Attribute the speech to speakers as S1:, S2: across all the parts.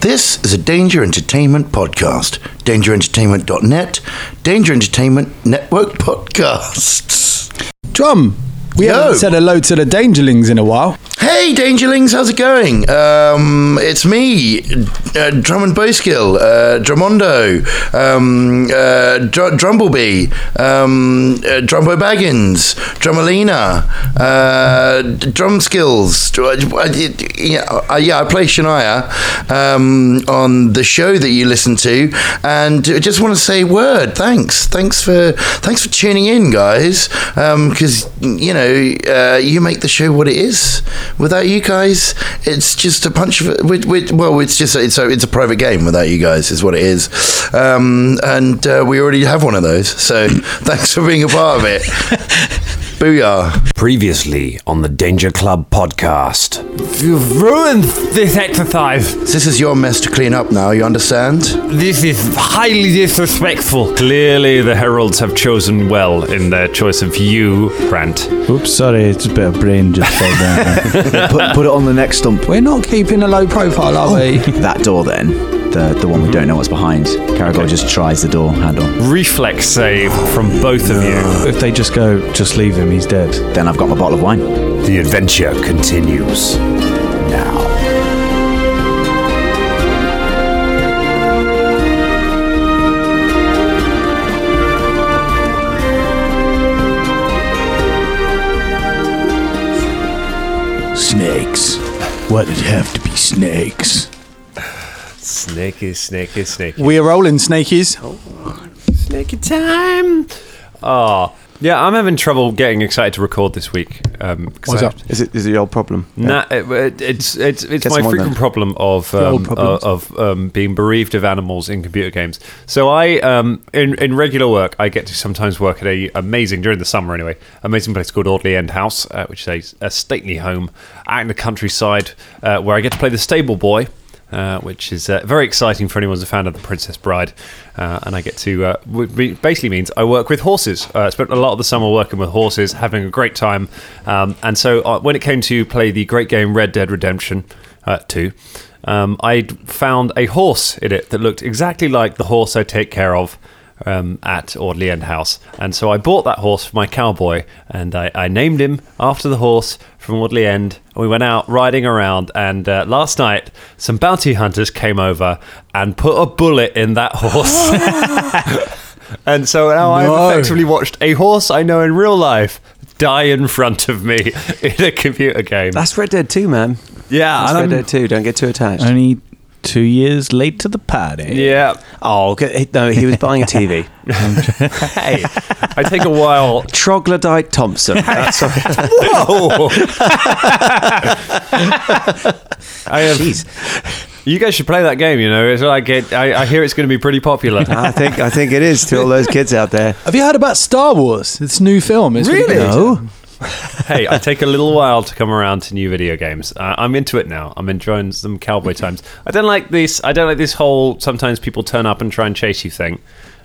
S1: This is a Danger Entertainment podcast. DangerEntertainment.net, Danger Entertainment Network podcasts.
S2: Drum. We
S1: Yo.
S2: haven't said hello to the Dangerlings in a while.
S1: Hey, Dangerlings, how's it going? Um, it's me, uh, Drum and Bowskill, uh, Drumondo, um, uh, Dr- Drumbleby, um, uh, Drumbo Baggins, Drumalina, uh, Drum Skills. Dr- I- I- Yeah, I, yeah, I play Shania um, on the show that you listen to, and I just want to say a word. Thanks, thanks for thanks for tuning in, guys. Because you know uh, you make the show what it is. Without you guys, it's just a punch of we, we, well, it's just it's a it's a private game. Without you guys, is what it is. Um, and uh, we already have one of those. So thanks for being a part of it. Booyah!
S3: Previously on the Danger Club podcast.
S4: You've ruined this exercise.
S1: This is your mess to clean up now. You understand?
S4: This is highly disrespectful.
S5: Clearly, the heralds have chosen well in their choice of you, Brant.
S6: Oops, sorry, it's a bit of brain just fell down.
S7: put, put it on the next stump.
S2: We're not keeping a low profile, are we?
S7: That door then, the the one we don't know what's behind. Caragor just tries the door handle.
S5: Reflex eh? save from both of you.
S6: if they just go, just leave him, he's dead.
S7: Then I've got my bottle of wine.
S3: The adventure continues now.
S6: Snakes. Why'd it have to be snakes?
S5: Snakey, snakey, snakey.
S2: We're Oh, rolling, snakies.
S5: Snakey time! Ah. Yeah, I'm having trouble getting excited to record this week. Um, 'cause
S2: What's
S5: I-
S2: up?
S8: Is it is it your problem?
S5: Nah, it- it- it's it's it's
S8: Get
S5: my
S8: some on
S5: frequent
S8: then.
S5: problem of um,
S2: old problems.
S5: uh, of um, being bereaved of animals in computer games. So I um, in in regular work, I get to sometimes work at a amazing during the summer anyway, amazing place called Audley End House, uh, which is a, a stately home out in the countryside uh, where I get to play the stable boy. Uh, which is uh, very exciting for anyone who's a fan of the Princess Bride, uh, and I get to uh, w- be- basically means I work with horses. Uh, I spent a lot of the summer working with horses, having a great time, um, and so uh, when it came to play the great game Red Dead Redemption, uh, two, um, I found a horse in it that looked exactly like the horse I take care of um, at Audley End House. And so I bought that horse for my cowboy and I, I named him after the horse from Audley End. And we went out riding around. And uh, last night, some bounty hunters came over and put a bullet in that horse. and so now
S2: No.
S5: I've effectively watched a horse I know in real life. Die in front of me in a computer game.
S8: That's Red Dead 2, man.
S5: yeah,
S8: That's
S5: and
S8: Red
S5: I'm-
S8: Dead 2. Don't get too attached.
S6: Only two years late to the party.
S5: yeah.
S8: Oh, g- he- no, he was buying a TV.
S5: Hey, I take a while
S8: Troglodyte Thompson. That's what-
S5: Whoa! I have, You guys should play that game. You know, it's like it, I, I hear it's going to be pretty popular.
S8: I think I think it is to all those kids out there.
S2: Have you heard about Star Wars? It's a new film. It's
S5: Really?
S2: No.
S5: hey, I take a little while to come around to new video games. Uh, I'm into it now. I'm enjoying some cowboy times. I don't like this. I don't like this whole sometimes people turn up and try and chase you thing.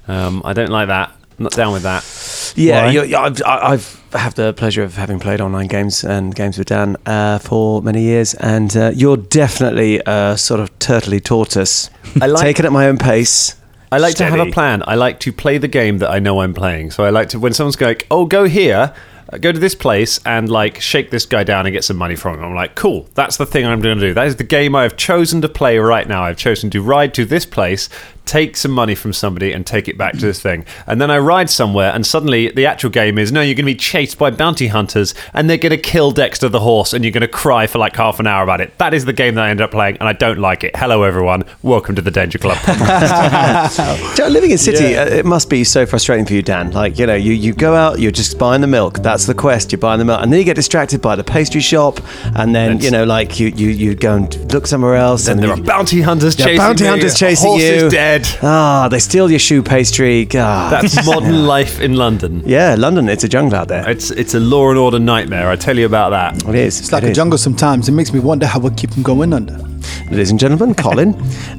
S5: Um, I don't like that. I'm not down with that.
S8: Yeah,
S6: Why?
S8: you I've, I- I've I have the pleasure of having played online games and games with Dan uh, for many years, and uh, you're definitely a sort of turtly tortoise. I
S5: like-
S8: take it at my own pace.
S5: I like to have
S3: Steady.
S5: a plan. I like to play the game that I know I'm playing. So I like to when someone's going, "Oh, go here, uh, go to this place, and like shake this guy down and get some money from him." I'm like, "Cool, that's the thing I'm going to do. That is the game I have chosen to play right now. I've chosen to ride to this place, take some money from somebody, and take it back to this thing. And then I ride somewhere, and suddenly the actual game is no, you're going to be chased by bounty hunters, and they're going to kill Dexter the horse, and you're going to cry for like half an hour about it. That is the game that I end up playing, and I don't like it. Hello, everyone. Welcome to the Danger Club.
S8: Joe, living in city, uh, it must be so frustrating for you, Dan. Like, you know, you, you go out, you're just buying the milk. That's the quest. You're buying the milk, and then you get distracted by the pastry shop, and then you know, like you you, you go and look somewhere else, and
S5: There are
S8: you-
S5: bounty hunters
S8: There are
S5: chasing
S8: bounty
S5: me.
S8: hunters chasing
S5: A horse
S8: you.
S5: is dead.
S8: ah, they steal your shoe pastry. God.
S5: That's modern life in London.
S8: yeah, London, it's a jungle out there.
S5: It's it's a law and order nightmare. I tell you about that.
S8: It is.
S2: It's like a jungle sometimes. It makes me wonder how we keep them going under.
S8: Ladies and gentlemen, Colin.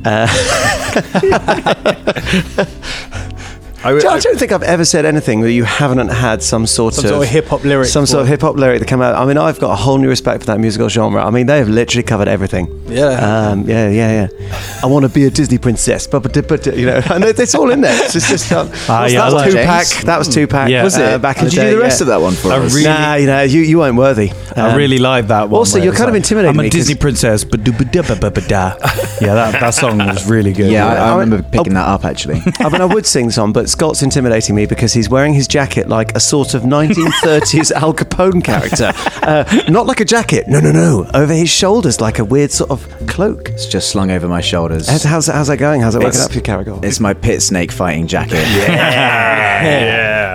S8: uh, I,
S5: would-
S8: don't think I've ever said anything that you haven't had some sort
S2: Some
S8: of
S2: sort of hip-hop lyric
S8: some sort of
S2: for.
S8: hip hop lyric that come out. I mean, I've got a whole new respect for that musical genre. I mean, they have literally covered everything.
S2: Yeah.
S8: um, yeah, yeah, yeah. I want to be a Disney princess, but but but you know, and it- it's all in there. It's just, just um, what's
S4: yeah, I
S8: that
S4: like
S8: was
S7: it.
S8: Tupac. That was Tupac.
S4: Yeah. Was
S8: uh,
S7: it?
S8: back in
S7: Could
S8: the
S7: you
S8: day?
S7: do the rest
S8: yeah.
S7: of that one for us?
S8: Nah, you know, you, you weren't worthy.
S9: I
S8: Um,
S9: really like that one.
S8: Also,
S9: where
S8: you're
S9: it's
S8: kind of
S9: like,
S8: intimidating
S9: I'm
S8: me
S9: a
S8: 'cause-
S9: Disney princess. ba da ba da ba ba da. Yeah, that, that song was really good.
S7: Yeah, I, I
S8: I-
S7: remember picking that up actually.
S8: I mean, I would sing some, but Scott's intimidating me because he's wearing his jacket like a sort of 1930s Al Capone character. Uh, not like a jacket, no, no, no. Over his shoulders, like a weird sort of cloak.
S7: It's just slung over my shoulders.
S8: How's, how's, how's that going? How's it working
S7: It's-
S8: up for you, Carrigal?
S7: It's my pit snake fighting jacket.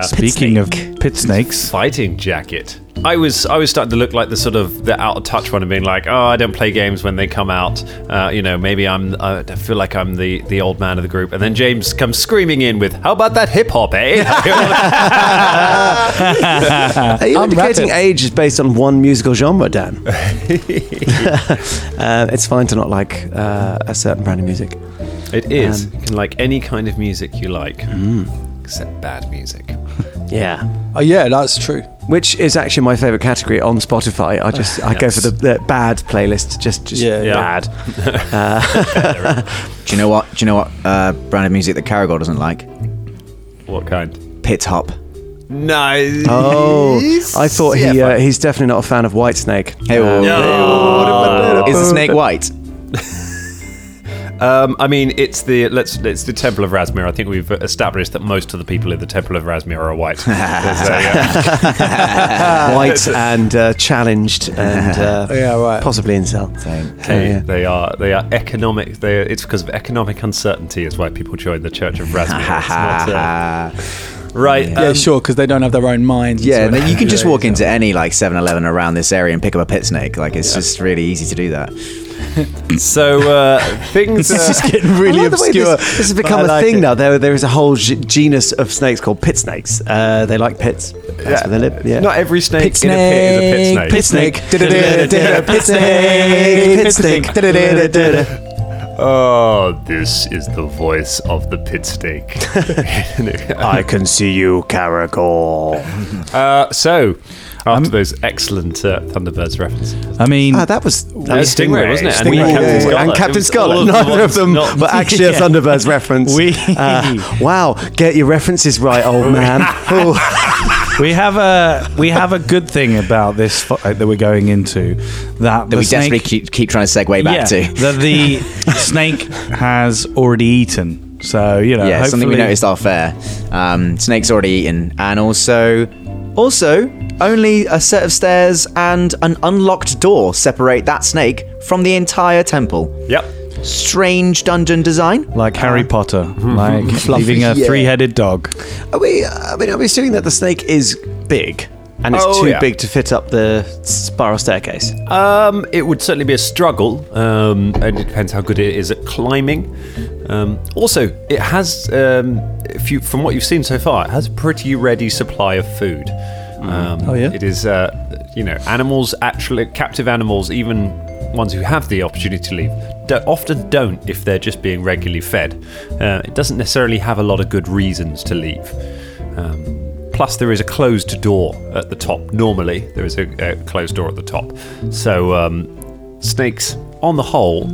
S9: Speaking of pit snakes,
S5: fighting jacket. I was I was starting to look like the sort of the out of touch one and being like, oh, I don't play games when they come out. Uh, you know, maybe I'm uh, I feel like I'm the the old man of the group. And then James comes screaming in with, "How about that hip hop, eh?"
S8: Are you
S2: I'm
S8: indicating
S2: rapping.
S8: age is based on one musical genre, Dan? uh, it's fine to not like uh, a certain brand of music.
S5: it is. you can like any kind of music you like,
S8: Mm.
S5: except bad music.
S8: Yeah.
S2: Oh, yeah, that's true.
S8: Which is actually my favourite category on Spotify. I just I go for the, the bad playlist, just just
S2: Yeah, yeah.
S8: bad.
S7: Do you know what? Do you know what uh, brand of music that Caragol doesn't like?
S5: What kind?
S7: Pit hop.
S5: No.
S8: Oh, I thought he uh, he's definitely not a fan of Whitesnake.
S7: Hey, oh, whoa, whoa, whoa. is the snake white?
S5: Um, I mean, it's the let's it's the Temple of Rasmir. I think we've established that most of the people in the Temple of Rasmir are white. uh, So, yeah.
S8: White and uh, challenged and uh,
S2: Yeah, right.
S8: possibly incel.
S5: They, they are they are economic. They are, it's because of economic uncertainty is why people join the Church of Rasmir. It's not, uh, right.
S2: yeah,
S5: um,
S2: sure, because they don't have their own minds.
S7: Yeah, and then you can just walk into any like 7-Eleven around this area and pick up a pit snake. Like it's just really easy to do that.
S5: So uh, things. Uh,
S2: getting really
S8: I love the way This, this has become a thing now. There, there is a whole g- genus of snakes called pit snakes. Uh, they like pits. That's where they live. Yeah.
S5: Not every snake
S2: Pit
S5: in a pit is a pit
S2: snake,
S5: snake.
S2: pit
S8: snake.
S2: Pit snake.
S8: Pit snake.
S5: Oh, this is the voice of the pit snake.
S8: I can see you, Caragor.
S5: uh, so, after those excellent uh, Thunderbirds references.
S9: I mean,
S8: Ah, that was that
S5: It
S8: was
S5: was Stingray, wasn't it? And we
S8: Stingray.
S5: Captain
S8: Yeah, yeah, yeah.
S5: Scarlet.
S8: and
S5: It
S8: Captain
S5: was all of
S8: Scarlet.
S5: the
S8: Neither of
S5: ones
S8: them
S5: not-
S8: were actually a Thunderbirds reference.
S9: We-
S8: Uh, wow, get your references right, old man. Ooh.
S9: we have a we have a good thing about this fight that we're going into that
S7: That
S9: the
S7: we
S9: snake,
S7: desperately keep, keep trying to segue back
S9: yeah,
S7: to.
S9: that the snake has already eaten. So you know,
S7: Yeah,
S9: hopefully,
S7: something we noticed off fair. Um, snake's already eaten, and also, also only a set of stairs and an unlocked door separate that snake from the entire temple.
S5: Yep.
S7: Strange dungeon design.
S9: like
S7: Uh-huh.
S9: Harry Potter,
S7: Mm-hmm.
S9: like leaving a three-headed dog.
S8: Are
S7: uh,
S8: we? I mean, are we assuming that the snake is big and it's
S5: Oh,
S8: too
S5: yeah.
S8: big to fit up the spiral staircase?
S5: Um, it would certainly be a struggle, um, and it depends how good it is at climbing. Um, also, it has, um, if you, from what you've seen so far, it has a pretty ready supply of food. Um,
S2: Oh, yeah?
S5: It is, uh, you know, animals actually, captive animals, even ones who have the opportunity to leave, do- often don't if they're just being regularly fed. Uh, it doesn't necessarily have a lot of good reasons to leave. Um, plus, there is a closed door at the top. Normally, there is a, a closed door at the top. So, um, snakes, on the whole,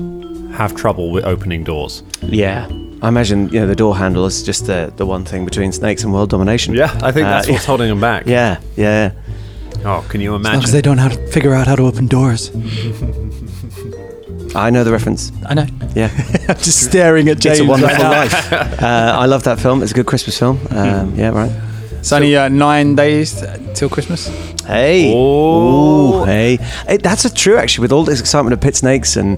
S5: have trouble with opening doors.
S8: Yeah. I imagine you know the door handle is just the, the one thing between snakes and world domination.
S5: I think
S8: Uh,
S5: that's what's holding them back.
S8: Yeah, yeah.
S5: Oh, can you
S2: Because
S5: imagine?
S2: they don't have to figure out how to open doors.
S8: I know the reference.
S2: I know.
S8: Yeah.
S2: I'm just staring at James.
S8: It's a
S2: right
S8: Wonderful
S2: now.
S8: Life. Uh, I love that film. It's a good Christmas film. Um,
S5: Hmm.
S8: yeah, right.
S2: It's only uh, nine days till Christmas.
S8: Hey.
S5: Oh.
S8: Ooh, hey. Hey, that's a true, actually, with all this excitement of pit snakes and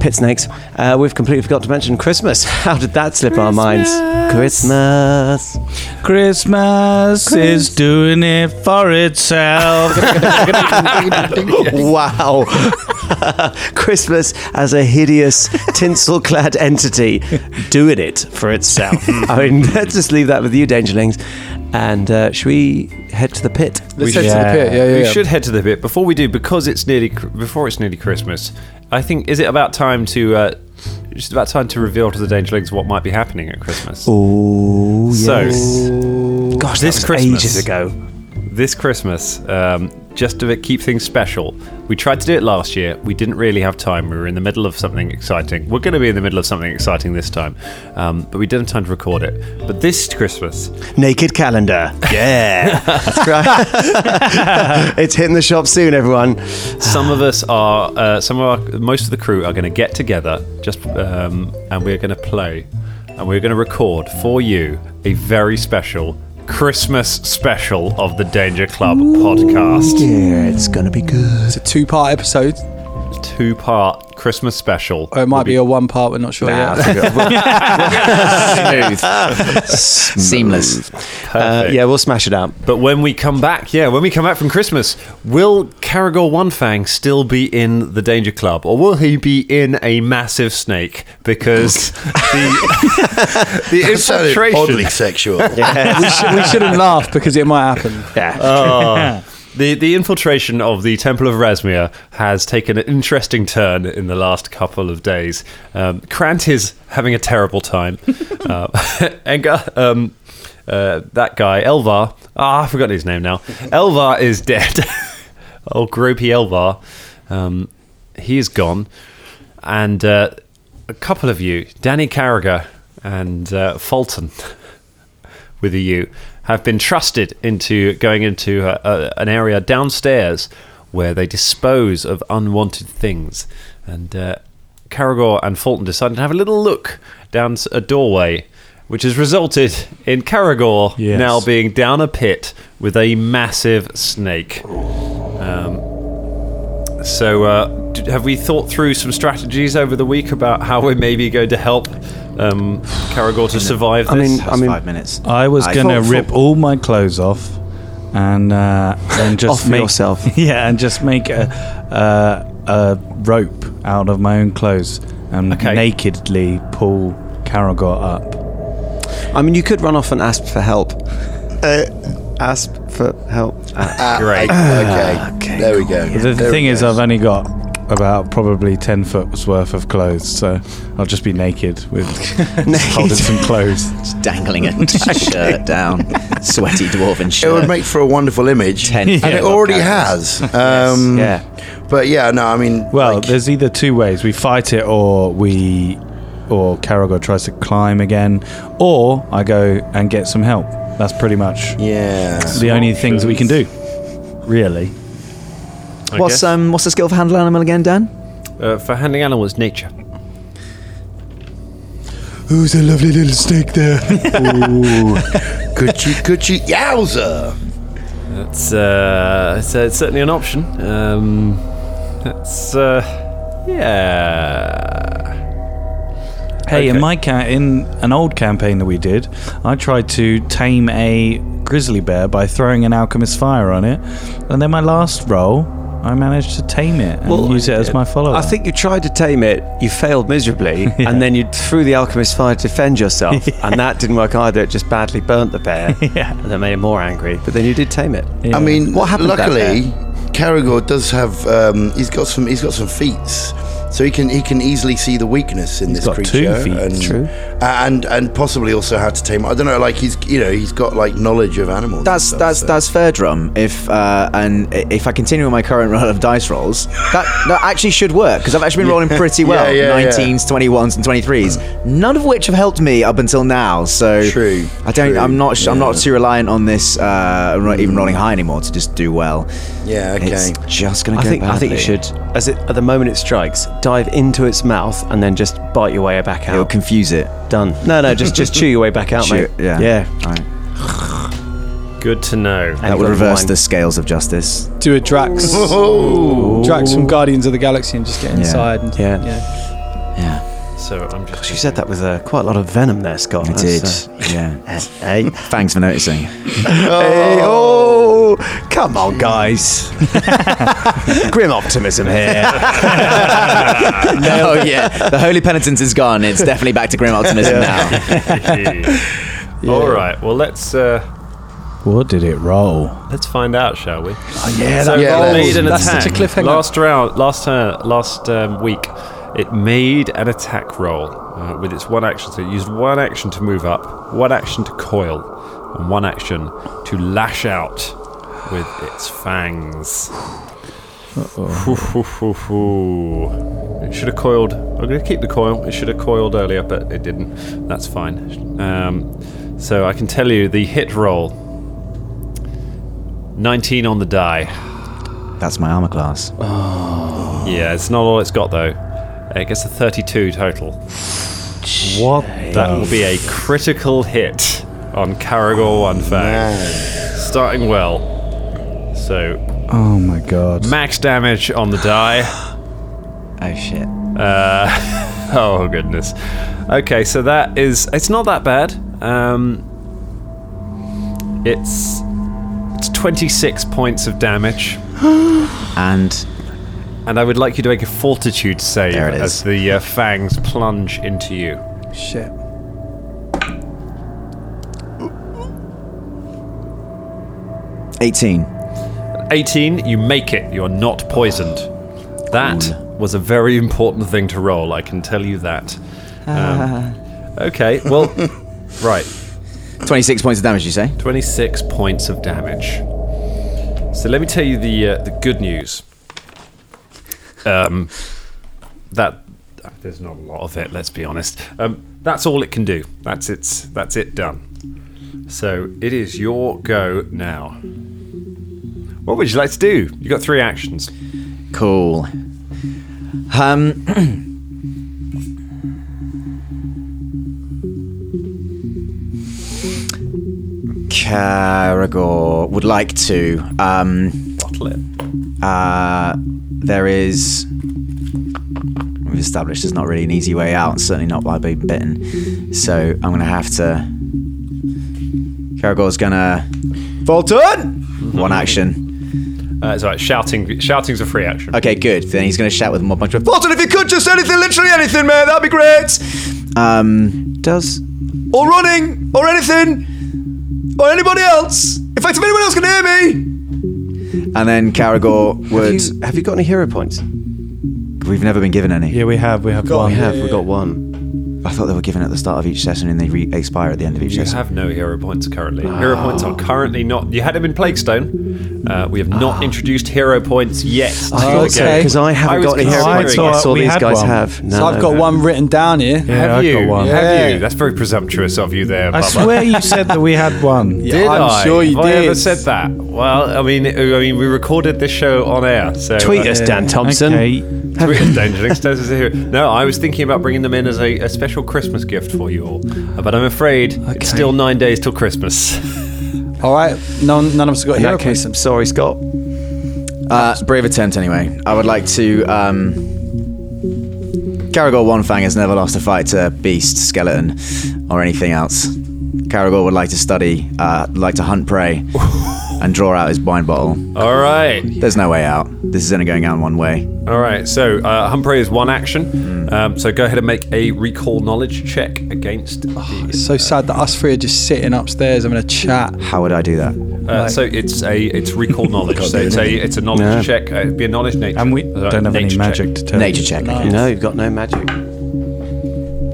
S8: pit snakes, uh, we've completely forgot to mention Christmas. How did that slip our minds? Christmas.
S9: Christmas is doing it for itself.
S8: Wow. Christmas as a hideous tinsel clad entity doing it for itself.
S5: Hmm.
S8: I mean, let's just leave that with you, Dangerlings. And uh, should we head to the pit?
S2: Let's head to the pit. Yeah, yeah,
S5: Uh, we
S2: yeah.
S5: should head to the bit before we do, because it's nearly cr- before it's nearly Christmas. I think is it about time to uh, It's just about time to reveal to the Dangerlings what might be happening at Christmas.
S9: Oh,
S5: So-
S9: Gosh,
S5: this
S9: this
S5: Christmas.
S9: ages ago.
S5: This Christmas, um, just to keep things special, we tried to do it last year. We didn't really have time. We were in the middle of something exciting. We're going to be in the middle of something exciting this time, um, but we didn't have time to record it. But this Christmas,
S8: Naked calendar. Yeah. That's right. it's hitting the shop soon, everyone.
S5: some of us are, uh, some of our, most of the crew are going to get together, just, um, and we're going to play, and we're going to record for you a very special Christmas special of the Danger Club podcast.
S6: Yeah, it's gonna be good.
S2: It's a two-part episode.
S5: two part Christmas special.
S2: Or it might be a one part, we're not sure yet.
S7: Seamless.
S8: Uh,
S5: Perfect.
S8: yeah, we'll smash it out.
S5: But when we come back, yeah, when we come back from Christmas, will Caragor Onefang still be in the Danger Club, or will he be in a massive snake? Because the the
S1: It sounded oddly
S5: infiltration,
S1: sexual.
S2: we, should, we shouldn't laugh because it might happen.
S5: the, the infiltration of the Temple of Rasmia has taken an interesting turn in the last couple of days. Um, Krant is having a terrible time. uh, Engar, um, uh, that guy Elvar. Ah, I've forgotten his name now. Elvar is dead. oh, gropey Elvar. Um, he is gone, and uh, a couple of you, Danny Carragher and uh, Fulton with the U have been trusted into going into uh, uh, an area downstairs where they dispose of unwanted things. And uh, Caragor and Fulton decided to have a little look down s- a doorway, which has resulted in Caragor
S9: Yes.
S5: now being down a pit with a massive snake. Um, So, uh, d- have we thought through some strategies over the week about how we maybe going to help um, Caragor to survive this?
S8: I mean, I
S7: I
S8: mean,
S7: five minutes.
S9: I was
S7: I-
S9: going to
S7: Full- full-
S9: rip all my clothes off and uh, and just
S7: Off
S9: make
S7: yourself.
S9: Yeah, and just make a a, a rope out of my own clothes and
S5: Okay.
S9: nakedly pull Caragor up.
S8: I mean, you could run off and ask for help. Uh, ask for help.
S5: Great.
S1: okay. There we go.
S9: The
S1: There
S9: thing
S1: it
S9: is,
S1: goes.
S9: I've only got about probably ten foot's worth of clothes, so I'll just be naked with holding some clothes.
S7: Just dangling a shirt down. Sweaty dwarven
S1: It
S7: shirt.
S1: would make for a wonderful image,
S7: Ten
S1: and it
S7: football
S1: already
S7: characters.
S1: has. Um,
S8: Yeah.
S1: But yeah, no, I mean,
S9: Well,
S1: like,
S9: there's either two ways: we fight it, or we, or Caragor tries to climb again, or I go and get some help. That's pretty much
S1: yeah.
S9: the only things we can do, really.
S5: I
S7: What's
S5: guess.
S7: um what's the skill for handle animal again, Dan?
S5: Uh, for handling animals, nature.
S6: Who's a lovely little snake there?
S1: Coochie, coochie, yowza!
S5: That's uh, it's, uh, it's certainly an option. Um, that's uh, yeah.
S9: Hey,
S5: Okay.
S9: in my ca- in an old campaign that we did, I tried to tame a grizzly bear by throwing an alchemist fire on it, and then my last roll, I managed to tame it and use it as my follower.
S8: I think you tried to tame it, you failed miserably, and then you threw the alchemist fire to defend yourself, and that didn't work either. It just badly burnt the bear,
S9: Yeah.
S8: and that made it more angry. But then you did tame it.
S1: I mean,
S8: What happened to that
S1: Luckily, Caragor does have. Um, he's got some. He's got some feats, so he can he can easily see the weakness in this
S9: got two
S1: creature,
S9: feats,
S1: and,
S9: true.
S1: and and possibly also how to tame. I don't know. Like he's you know he's got like knowledge of animals. and
S7: That's
S1: stuff,
S7: that's
S1: so-
S7: that's fair drum. If uh, and i- if I continue with my current run of dice rolls, that that actually should work because I've actually been rolling pretty well.
S1: yeah, yeah.
S7: 19s, 21s, and 23s. None of which have helped me up until now. So
S1: True,
S7: I don't.
S1: true,
S7: I'm not. sh I'm not
S1: yeah. Mm.
S7: too reliant on this. Uh, ro- even rolling high anymore to just do well.
S1: Yeah, okay.
S7: It's just gonna
S8: I
S7: go
S8: think I think you
S7: badly.
S8: should, as it at the moment it strikes, dive into its mouth and then just bite your way back
S7: It'll
S8: out.
S7: confuse it.
S8: Done. No, no, just just chew your way back out,
S7: Chew-
S8: mate.
S7: yeah.
S8: yeah.
S7: All right.
S5: Good to know.
S7: That would
S8: got
S7: reverse
S8: wine.
S7: the scales of justice.
S2: Do a Drax, Drax from Guardians of the Galaxy and just get inside. And,
S8: Yeah.
S7: Yeah,
S5: So I'm just.
S8: You said that with uh, quite a lot of venom there, Scott.
S7: I did.
S8: That's, uh,
S7: Yeah. Thanks for noticing.
S8: Hey, oh, come on, guys. Grim optimism here.
S7: oh yeah, the holy penitence is gone. It's definitely back to grim optimism now.
S5: All right. Well, let's uh,
S9: what did it roll?
S5: let's find out, shall we?
S1: yeah,
S5: So
S1: yeah,
S5: roll
S1: let's-
S5: made an
S2: That's
S5: attack.
S2: such a cliffhanger.
S5: Last round, last turn, last uh, um, week, It made an attack roll uh, with its one action. So it used one action to move up, one action to coil, and one action to lash out with its fangs. Ooh. It should have coiled. I'm going to keep the coil. It should have coiled earlier, but it didn't. That's fine. Um, so I can tell you the hit roll 19 on the die.
S10: That's my armor class.
S5: Yeah, it's not all it's got though. It gets a 32 total.
S9: What?
S5: That will be a critical hit on Caragor One Fang. Starting well. So,
S9: Oh my god.
S5: max damage on the die.
S10: Oh shit.
S5: Oh goodness. Okay, so that is it's not that bad. Um it's it's 26 points of damage
S10: And
S5: and I would like you to make a fortitude save
S10: There it
S5: as
S10: is.
S5: the uh, fangs plunge into you.
S2: Shit.
S10: eighteen.
S5: 18, you make it. You are not poisoned. That was a very important thing to roll, I can tell you that. Um, okay, well, right.
S10: Twenty-six points of damage. You say?
S5: 26 points of damage. So let me tell you the uh, the good news. Um, that there's not a lot of it. Let's be honest. Um, that's all it can do. That's its that's it done. So it is your go now. What would you like to do? You got three actions.
S10: Cool. Um. Caragor would like to. Um,
S5: Bottle it.
S10: uh, there is. We've established there's not really an easy way out, certainly not by being bitten. So I'm going to have to. Caragor's going to. Fulton! One action.
S5: Uh, it's all right. Shouting shouting's a free action.
S10: Okay, good. Then he's going to shout with more bunch of Fulton. If you could just anything, literally anything, man, that'd be great. Um, does or running or anything or anybody else. In fact, if anyone else can hear me. And then Caragor would.
S8: Have you, have you got any hero points?
S10: We've never been given any.
S9: Yeah, we have. We have one.
S8: we have. We got one.
S10: I thought they were given at the start of each session and they re- expire at the end of each
S5: You
S10: session.
S5: have no hero points currently. Hero points are currently not. You had them in Plaguestone. Uh, we have not introduced hero points yet. to
S2: Oh,
S5: the
S10: okay.
S5: game.
S8: Because I
S5: I
S8: haven't
S5: was
S8: got any hero
S5: considering-
S8: points. but I
S9: I
S8: saw
S9: thought we
S8: these
S9: had
S8: guys
S9: one.
S8: have. No,
S2: So I've got one written down here.
S9: Yeah,
S5: Have
S9: I've
S5: you?
S9: got one.
S5: Have
S2: Yeah.
S5: you? That's very presumptuous of you there,
S9: I
S5: Bubba.
S9: swear you said that we had one.
S5: Did
S2: I'm
S5: I?
S2: sure you
S5: Have I
S2: did.
S5: ever said that? Well, I mean, I mean, we recorded this show on air, so uh,
S8: Tweet us, Dan Thompson.
S9: Okay.
S5: Tweet us, Danger Extensive Zero. No, I was thinking about bringing them in as a, a special Christmas gift for you all, Uh, but I'm afraid it's still nine days till Christmas.
S2: All right. None, none of us got
S8: In
S2: hero
S8: that case, I'm
S2: points.
S8: sorry, Scott.
S10: Uh, brave attempt, anyway. I would like to. Um, Caragor One Fang has never lost a fight to beast, skeleton, or anything else. Caragor would like to study, uh, like to hunt prey, and draw out his wine bottle.
S5: all right,
S10: There's no way out. This is only going out one way.
S5: all right. So uh, Humphrey is one action.
S9: Hmm.
S5: Um, so go ahead and make a recall knowledge check against. uh, the,
S2: So sad that us three are just sitting upstairs having a chat.
S10: How would I do that?
S5: uh, so it's a it's recall knowledge. so it's a it's a knowledge check. Uh, it'd be a knowledge nature.
S9: And we
S5: uh,
S9: don't have any
S5: nature check.
S9: magic to tell.
S10: Nature
S9: you.
S10: check. okay.
S8: No, you've got no magic.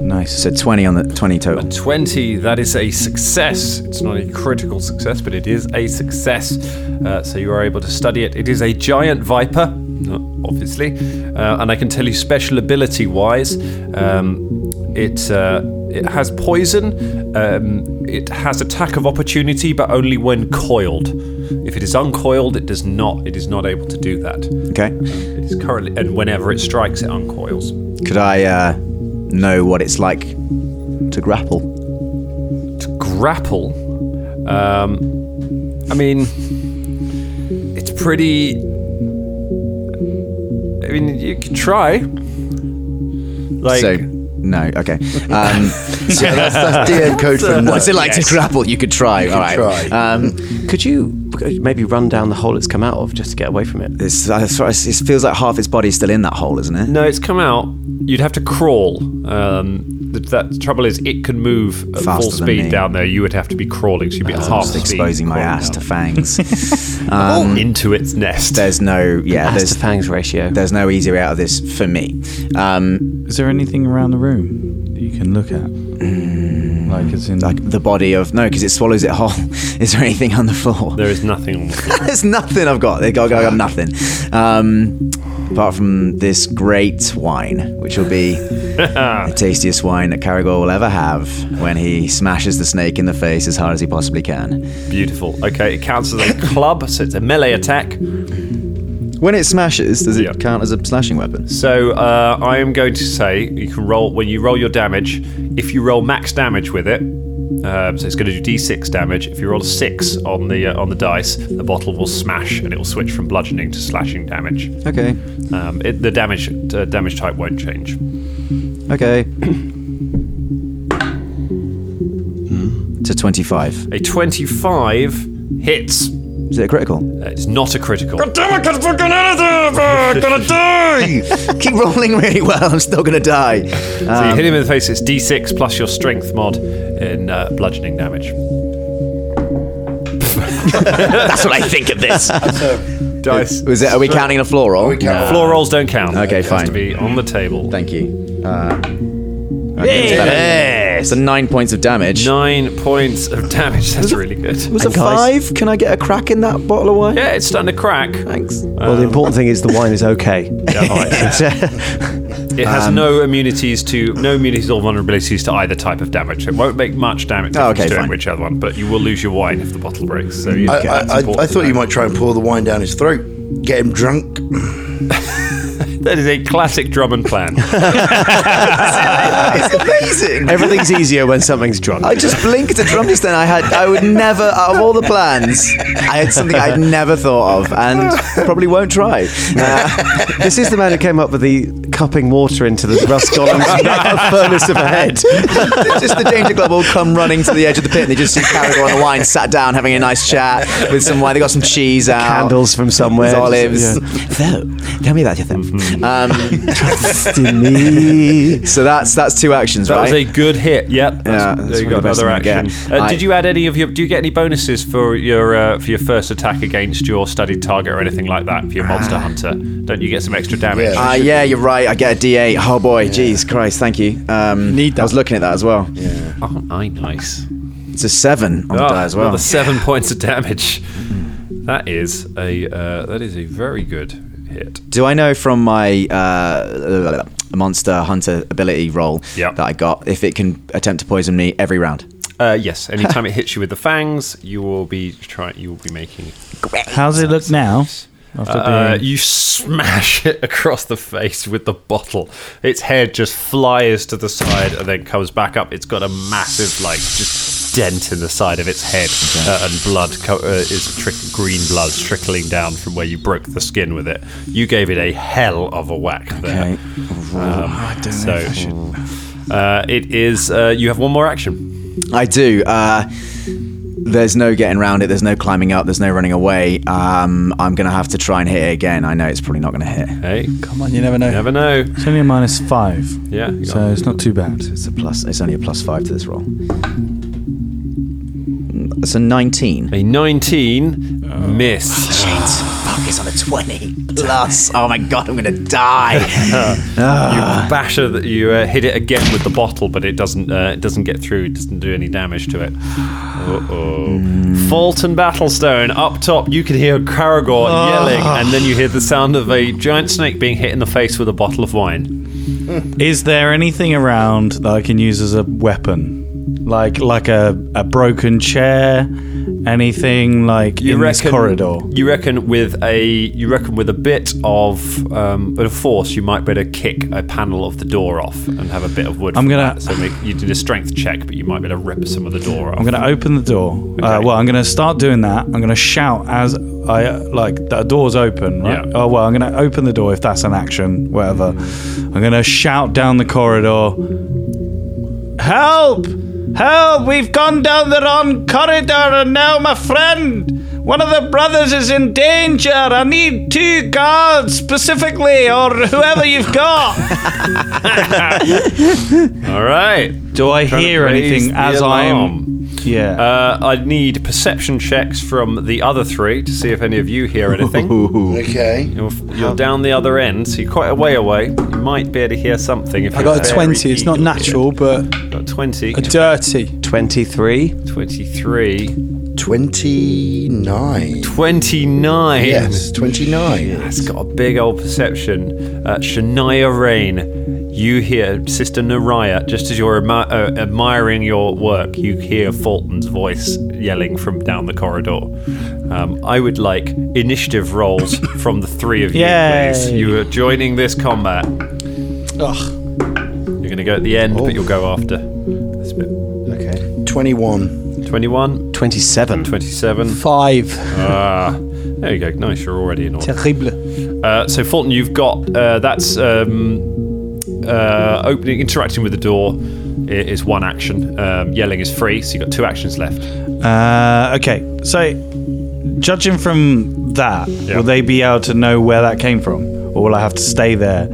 S9: Nice.
S10: So 20 on the 20 total.
S5: 20 that is a success it's not a critical success but it is a success uh, so you are able to study it it is a giant viper uh, obviously uh, and i can tell you special ability wise um, it uh, it has poison um, it has attack of opportunity but only when coiled if it is uncoiled it does not it is not able to do that
S10: Okay.
S5: it is currently and whenever it strikes it uncoils
S10: Could I uh, know what it's like to grapple?
S5: grapple. Um, I mean, it's pretty. I mean, you can try. Like,
S10: so no. Okay. Um,
S11: That's, that's DM code for no.
S10: What's it like to grapple? You could try. All right.
S11: try.
S10: Um,
S8: Could you maybe run down the hole it's come out of just to get away from it?
S10: it's, I- it's- it feels like half its body's still in that hole, isn't it?
S5: no, it's come out. You'd have to crawl. Um, the, that the trouble is, it can move at
S10: Faster than
S5: full speed
S10: me.
S5: down there. You would have to be crawling, so you'd be at
S10: I'm
S5: half
S10: just
S5: speed.
S10: exposing my
S5: crawling
S10: ass
S5: down.
S10: to fangs. Um,
S5: into its nest.
S10: There's no yeah.
S8: Ass
S10: there's
S8: to fangs ratio.
S10: There's no easy way out of this for me. Um,
S9: Is there anything around the room that you can look at? Like as in
S10: like the body of no, because it swallows it whole. Is there anything on the floor?
S5: There is nothing on the floor.
S10: There's nothing I've got. I got, I got nothing. Um, apart from this great wine, which will be the tastiest wine that Caragor will ever have when he smashes the snake in the face as hard as he possibly can.
S5: Beautiful. Okay, it counts as a club, so it's a melee attack.
S10: When it smashes, does it
S5: Yeah.
S10: count as a slashing weapon?
S5: So uh, I am going to say you can roll when you roll your damage. If you roll max damage with it, um, so it's going to do d6 damage. If you roll a six on the uh, on the dice, the bottle will smash and it will switch from bludgeoning to slashing damage.
S10: Okay.
S5: Um, it, the damage uh, damage type won't change.
S10: Okay. to 25.
S5: A 25 hits.
S10: Is it a critical?
S5: Uh, it's not a critical.
S10: Keep rolling really well. I'm still going to die.
S5: So you
S10: Um,
S5: hit him in the face. It's d6 plus your strength mod in uh, bludgeoning damage.
S10: that's what I think of this.
S5: Dice.
S10: Was it, are we counting the floor roll?
S5: Floor rolls don't count.
S10: Okay,
S5: It has
S10: fine.
S5: to be on the table.
S10: Thank you. Uh, okay, it's better. So nine points of damage.
S5: Nine points of damage. That's really good.
S10: was a five? Can I get a crack in that bottle of wine?
S5: Yeah, it's starting to crack.
S10: Thanks.
S8: Well,
S2: Um,
S8: the important thing is the wine is okay. It's, uh,
S5: It has
S10: um,
S5: no immunities to no immunities or vulnerabilities to either type of damage. It won't make much damage
S10: Oh, okay,
S5: okay, to
S10: fine. Mm.
S5: which other one, but you will lose your wine if the bottle breaks. So you,
S1: I, I,
S5: that's
S1: I, I
S5: important.
S1: thought you might try and pour the wine down his throat, get him drunk.
S5: That is a classic Drummond plan.
S10: It's amazing.
S8: everything's easier when something's drunk.
S10: I just blinked at Drummond then. I had I would never out of all the plans, I had something I'd never thought of and probably won't try. Uh,
S8: this is the man who came up with the cupping water into the rust columns furnace of a head.
S10: just the danger club all come running to the edge of the pit and they just see Carragher on the wine sat down having a nice chat with some wine. They got some cheese out.
S8: Candles from somewhere.
S10: There's olives.
S8: Yeah. Mm-hmm.
S10: So, tell me about your thing. Um,
S8: Trust in me.
S10: so that's that's two actions,
S5: That
S10: right?
S5: was a good hit.
S10: Yeah,
S5: Yep. That's-
S10: that's
S5: you
S10: one
S5: got
S10: of the best
S5: another
S10: I can
S5: action.
S10: get.
S5: Uh,
S10: I-
S5: did you add any of your? Do you get any bonuses for your uh, for your first attack against your studied target or anything like that for your monster hunter? Don't you get some extra damage?
S10: Ah, yeah, you're right. I get a D8. Oh boy, jeez, Christ, thank you. Um,
S2: Need
S10: I was
S2: that.
S10: looking at that as well.
S5: Aren't Oh, I nice?
S10: It's a seven on the
S5: Ah,
S10: die as well.
S5: Another seven points of damage. That is a uh, that is a very good hit.
S10: Do I know from my uh, monster hunter ability roll
S5: Yeah.
S10: that I got if it can attempt to poison me every round?
S5: Uh, yes, anytime it hits you with the fangs, you will be trying. You will be making.
S9: how's it look now? After
S5: Uh,
S9: being,
S5: you smash it across the face with the bottle. Its head just flies to the side and then comes back up. It's got a massive like just dent in the side of its head, uh, and blood co- uh, is trick- green blood trickling down from where you broke the skin with it. You gave it a hell of a whack there. I don't so, Uh, it is. Uh, you have one more action.
S10: I do. Uh, there's no getting around it. There's no climbing up. There's no running away. Um, I'm going to have to try and hit it again. I know it's probably not going to hit.
S5: Hey,
S2: Come on, you never know.
S5: never know.
S9: it's only a minus five,
S5: Yeah. you got-
S9: so it's not too bad.
S10: It's a plus. It's only a plus five to this roll. Mm, It's a 19.
S5: A 19
S2: Oh.
S5: missed.
S10: Fuck, it's on a 20 plus. Oh my god, I'm going to die.
S5: you bash it, that you uh, hit it again with the bottle, but it doesn't uh, it doesn't get through. It doesn't do any damage to it. Uh oh. Fulton Battlestone up top. You can hear Caragor
S9: Ah.
S5: yelling, and then you hear the sound of a giant snake being hit in the face with a bottle of wine.
S9: Is there anything around that I can use as a weapon? Like like a, a broken chair, anything like
S5: You
S9: in
S5: reckon
S9: this corridor?
S5: You reckon with a you reckon with a bit of um, bit of force, you might be able to kick a panel of the door off and have a bit of wood.
S9: I'm
S5: from
S9: gonna-
S5: that. so make, you did a strength check, but you might be able to rip some of the door off.
S9: I'm gonna open the door. Uh,
S5: Okay.
S9: well, I'm gonna start doing that. I'm gonna shout as I uh, like the door's open. Right?
S5: Yeah.
S9: Oh well, I'm gonna open the door if that's an action, whatever. I'm gonna shout down the corridor. Help! Help! We've gone down the wrong corridor, and now my friend.
S12: One of the brothers is in danger. I need two guards specifically, or whoever you've got.
S5: All right.
S9: Do I hear anything as I'm-
S5: Yeah. Uh, I need perception checks from the other three to see if any of you hear anything.
S1: Okay.
S5: You're, you're down the other end, so you're quite a way away. You might be able to hear something if
S2: I
S5: you're
S2: got a
S5: very
S2: 20. It's not
S5: eager.
S2: natural, but
S5: Got 20.
S2: a dirty.
S8: 23.
S5: 23.
S1: 29.
S5: 29.
S1: Yes, 29.
S5: That's got a big old perception. Uh, Shania Rain, you hear Sister Naraya, just as you're admi- uh, admiring your work, you hear Fulton's voice yelling from down the corridor. Um, I would like initiative rolls from the three of you,
S2: Yay.
S5: please. You are joining this combat.
S2: Ugh. Oh.
S5: You're going to go at the end, but you'll go after. That's a bit
S1: Okay. 21.
S5: 21.
S8: 27.
S5: 27.
S2: 5.
S5: Ah, there you go. Nice, you're already in order.
S2: Terrible.
S5: Uh, so, Fulton, you've got uh, that's um, uh, opening, interacting with the door i- is one action. Um, yelling is free, so you've got two actions left.
S9: Uh, okay, so judging from that, will they be able to know where that came from, or will I have to stay there?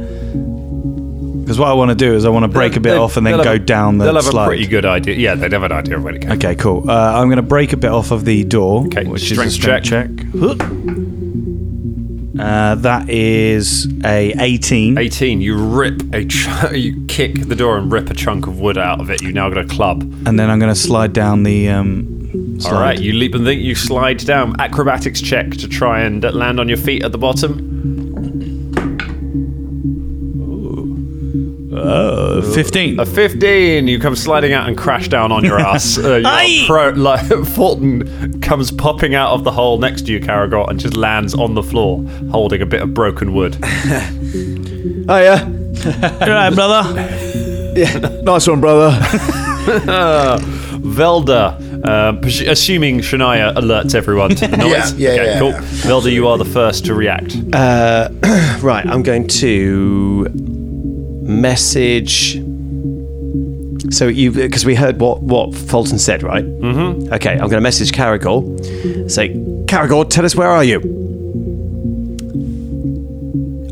S9: Because what I want to do is I want to break a bit
S5: They-
S9: off and then
S5: they'll
S9: go
S5: have a-
S9: down the
S5: They'll have
S9: slide.
S5: a pretty good idea. Yeah, they'd have an idea of when it came.
S9: Okay, cool. Uh, I'm going to break a bit off of the door, okay, which
S5: strength
S9: is a strength check. Uh, that is a 18.
S5: 18. You rip a, ch- you kick the door and rip a chunk of wood out of it. You now got a club.
S9: And then I'm going to slide down the um, slide.
S5: All right, you leap and think you slide down. Acrobatics check to try and uh, land on your feet at the bottom.
S9: Uh, 15.
S5: A 15. You come sliding out and crash down on your ass. Uh, you're
S9: Aye.
S5: pro, like, Fulton comes popping out of the hole next to you, Caragor, and just lands on the floor holding a bit of broken wood.
S7: Oh yeah.
S9: All right, brother.
S7: Yeah. Nice one, brother.
S5: Velda, um, pres- assuming Shania alerts everyone to the noise.
S1: Yeah, yeah,
S5: okay,
S1: yeah.
S5: cool. Velda, you are the first to react.
S8: Uh, right, I'm going to message. So you, because we heard what what Fulton said, right? Mm-hmm. Okay, I'm going to message Caragor. Say, Caragor, tell us where are you?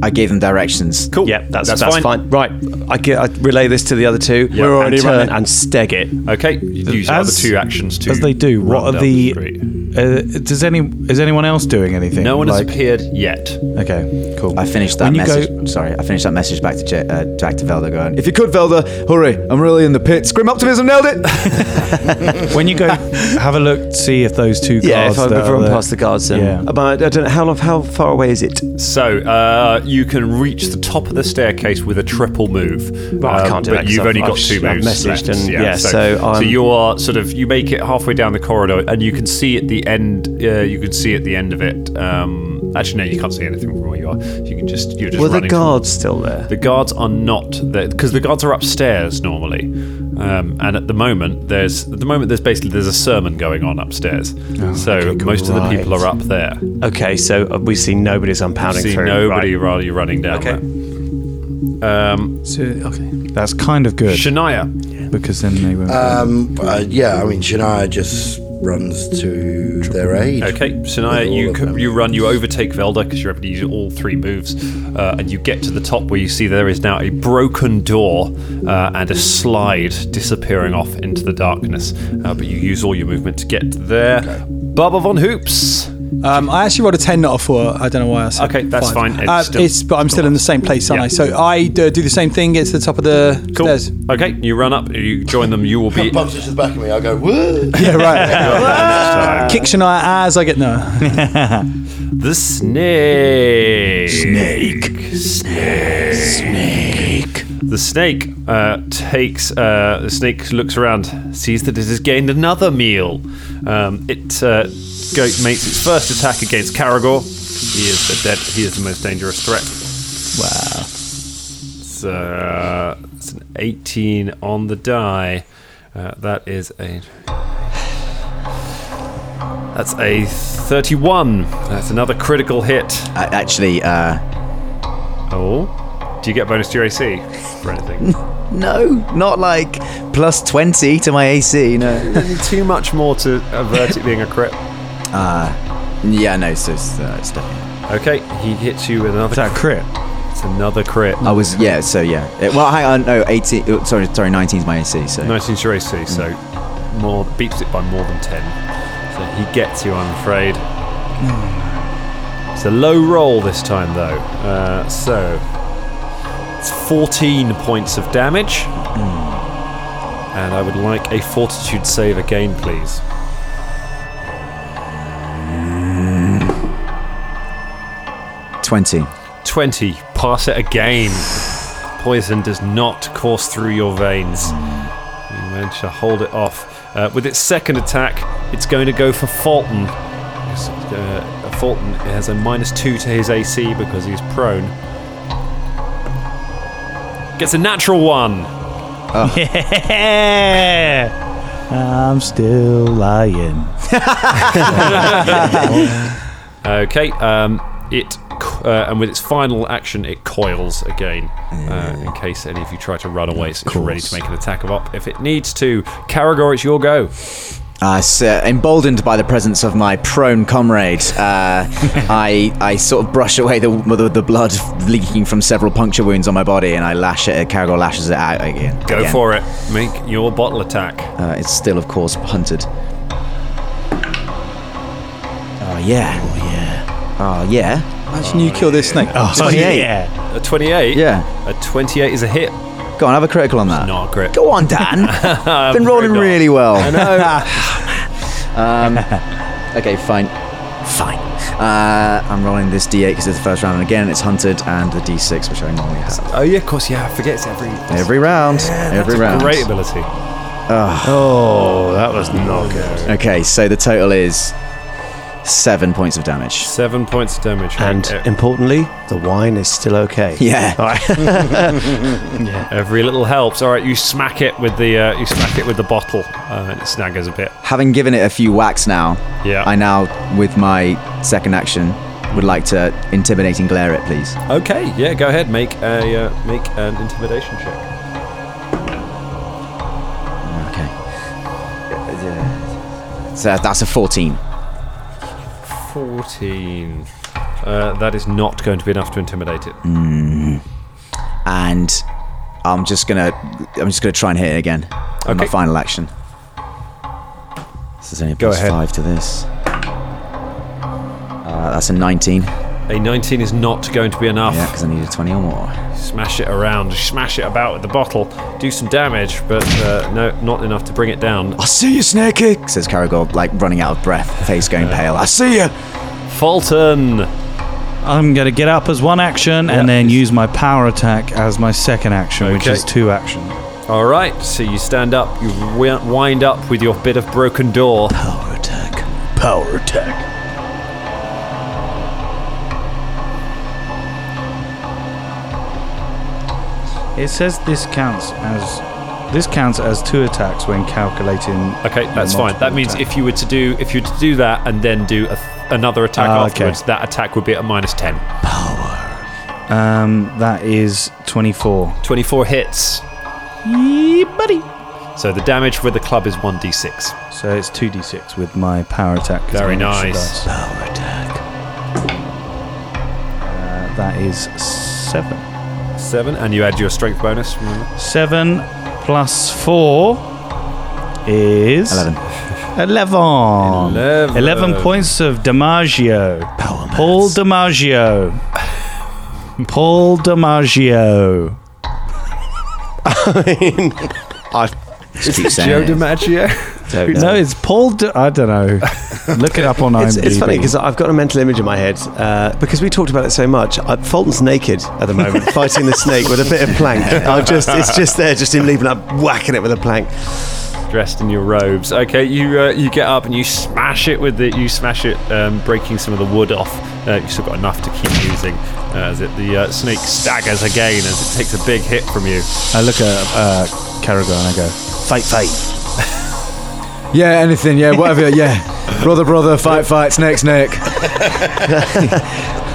S10: I gave them directions.
S5: Cool.
S8: Yeah, that's
S5: That's
S8: that's,
S5: fine.
S8: fine. Right, I, get, I relay this to the other two.
S5: We're already
S8: and turn
S5: running.
S8: and steg it.
S5: Okay, you use your other
S9: As-
S5: two actions to.
S9: As they do,
S5: run
S9: what are
S5: down
S9: the.
S5: street.
S9: Uh, does any is anyone else doing anything?
S5: No one
S9: Like-
S5: has appeared yet.
S9: Okay, cool.
S10: I finished that
S9: When you go-
S10: message. Sorry, I finished that message back to Je- uh, back to Velda. Going,
S7: If you could, Velda, hurry. I'm really in the pit. Scream optimism, nailed it.
S9: when you go, have a look, see if those two guards.
S8: Yeah, if I
S9: that
S8: if I
S9: are
S8: run
S9: there-
S8: past the guards, then
S9: Yeah.
S8: about I don't know how long, how far away is it?
S5: So uh, you can reach the top of the staircase with a triple move.
S8: Well, I
S5: Um,
S8: can't do
S5: but
S8: that 'cause
S5: You've
S8: I've-
S5: only
S8: I've
S5: got
S8: sh-
S5: two
S8: I've
S5: moves. left.
S8: messaged and- yeah, so
S5: so,
S8: I'm-
S5: you are sort of you make it halfway down the corridor, and you can see at the end. Uh, you can see at the end of it. Um, actually, no, you can't see anything from where you are. You can just you're just
S8: Were the
S5: running from-
S8: guards still there?
S5: the guards are not because the guards are upstairs normally, um, and at the moment there's at the moment there's basically there's a sermon going on upstairs.
S8: Oh,
S5: so most of the people are up there.
S8: Okay, so uh, we see nobody's unpounding
S5: See
S8: through.
S5: nobody
S8: right.
S5: while you're running down. there.
S8: Okay.
S5: Um,
S2: So, okay.
S9: That's kind of good
S5: Shania,
S9: because then they won't.
S1: Um, uh, yeah, I mean, Shania just runs to their aid.
S5: okay, Shania,
S1: all
S5: you
S1: of
S5: c-
S1: them.
S5: you run, you overtake Velda because you're able to use all three moves, uh, and you get to the top where you see there is now a broken door uh, and a slide disappearing off into the darkness. Uh, but you use all your movement to get there. Bubba von Hoops.
S2: Um, I actually rolled a 10, not a 4. I don't know why I said
S5: Okay, that's
S2: five.
S5: fine. It's
S2: Uh,
S5: still-
S2: it's, but I'm still in the same place, aren't
S5: Yeah.
S2: I? So I uh, do the same thing. It's the top of the
S5: Cool.
S2: stairs.
S5: Okay, you run up, you join them, you will be.
S1: Bumps into the back of me. I go, woo!
S2: Yeah, right.
S5: Sorry.
S2: Kick Shania as I get no.
S5: the snake. Snake. Snake. The snake uh, takes. Uh, the snake looks around, sees that it has gained another meal. Um, it uh, go, makes its first attack against Caragor. He is the dead. He is the most dangerous threat.
S2: Wow.
S5: It's, uh, it's an 18 on the die. Uh, that is a. That's a 31. That's another critical hit.
S10: I, actually, uh,
S5: Oh. Do you get bonus to your AC for anything?
S10: no, not like plus twenty to my AC. No,
S5: Too much more to avert it being a crit.
S10: uh, Yeah, no, so it's, uh, it's definitely.
S5: Okay, he hits you with another. Is
S9: that crit? Oh.
S5: It's another crit.
S10: I was yeah, so yeah. It- well, hang on, no, 18. oh, Sorry, sorry, 19 is my AC. So
S5: 19's your AC, so
S9: Hmm.
S5: more beats it by more than 10. So he gets you, I'm afraid. It's a low roll this time, though. Uh, so it's 14 points of damage.
S9: Hmm.
S5: And I would like a fortitude save again, please.
S10: twenty.
S5: 20. Pass it again. Poison does not course through your veins. You manage to hold it off. Uh, with its second attack, it's going to go for Fulton. It's, uh, Fulton has a minus two to his AC because he's prone. Gets a natural one.
S9: Yeah. I'm still lying.
S5: Okay, um, it co- uh, and with its final action, it coils again uh, in case any of you try to run away. So it's ready to make an attack of up if it needs to. Caragor, it's your go.
S10: Uh, so emboldened by the presence of my prone comrade, uh, I, I sort of brush away the, the the blood leaking from several puncture wounds on my body, and I lash it. Caragor lashes it out again.
S5: Go
S10: again.
S5: for it. Make your bottle attack.
S10: Uh, it's still, of course, hunted. Oh yeah. Oh yeah. Oh yeah.
S2: Imagine you kill this snake. Oh,
S5: A 28?
S10: Yeah.
S5: A 28 is a hit.
S10: Go on, have a critical on that.
S5: Not a crit.
S10: Go on, Dan.
S5: I've
S10: Been rolling really well.
S5: I know.
S10: Um, okay, fine. Fine. Uh, I'm rolling this d8 because it's the first round, and again, it's hunted, and the d6, which I normally have.
S5: oh, yeah, of course, yeah. I forget it's every.
S10: Every round. every round.
S5: Great ability.
S9: Oh, that was
S10: Mm.
S9: not good.
S10: Okay, so the total is seven points of damage.
S5: Seven points of damage.
S8: And
S5: E-
S8: importantly, the wine is still okay.
S10: Yeah.
S8: All right.
S5: every little helps. All right, you smack it with the uh, you smack it with the bottle, uh, and it snaggers a bit.
S10: Having given it a few whacks now,
S5: Yeah.
S10: I now, with my second action, would like to intimidating glare it, please.
S5: Okay, yeah, go ahead. Make a uh, make an intimidation check.
S10: Okay. So that's a 14.
S5: Fourteen. Uh, that is not going to be enough to intimidate it.
S10: Mm. and I'm just gonna I'm just gonna try and hit it again. Okay. My
S5: Okay.
S10: final action. This is only a
S5: Go
S10: plus
S5: ahead.
S10: five to this. Uh, that's a 19. Yeah,
S5: A nineteen is not going to be enough.
S10: because I need a 20 or more.
S5: Smash it around, smash it about with the bottle, do some damage, but uh, no, not enough to bring it down.
S10: I see you, Snakey, says Caragor, like running out of breath, face going pale. I see you.
S5: Fulton.
S9: I'm going to get up as one action and then use my power attack as my second action, which
S5: Okay.
S9: is two action.
S5: All right, so you stand up, you wi- wind up with your bit of broken door.
S6: Power attack. Power attack.
S9: It says this counts as this counts as two attacks when calculating.
S5: Okay,
S9: the
S5: that's fine. That
S9: multiple
S5: means
S9: attack.
S5: if you were to do if you were to do that and then do a th- another attack
S9: Ah, okay.
S5: afterwards, that attack would be at a minus 10.
S9: um, that is 24.
S5: 24 hits.
S9: buddy.
S5: So the damage with the club is 1d6.
S9: So it's 2d6 with my power attack. 'cause
S5: Very
S9: I'm an extra
S5: nice.
S9: dice. Uh, that is seven.
S5: 7 and you add your strength bonus. remember?
S9: Seven plus four is eleven. Eleven.
S5: Eleven.
S9: points of Dimaggio. Paul Dimaggio. Paul Dimaggio.
S10: Just keep saying
S5: Joe
S10: it.
S5: DiMaggio.
S10: Don't know.
S9: No, it's Paul. D I don't know. Look it up on
S8: It's,
S9: IMDb.
S8: it's funny because I've got a mental image in my head uh, because we talked about it so much. Uh, Fulton's naked at the moment, fighting the snake with a bit of plank. i just, it's just there, just him leaping up, whacking it with a plank.
S5: dressed in your robes. Okay, you uh, you get up and you smash it with the you smash it, um, breaking some of the wood off. Uh, you've still got enough to keep using. Uh, as it, the uh, snake staggers again as it takes a big hit from you.
S9: I look at uh, Carragher and I go, fight, fight.
S7: Yeah, anything. Yeah, whatever. yeah, brother, brother, fight, fight, snake, snake.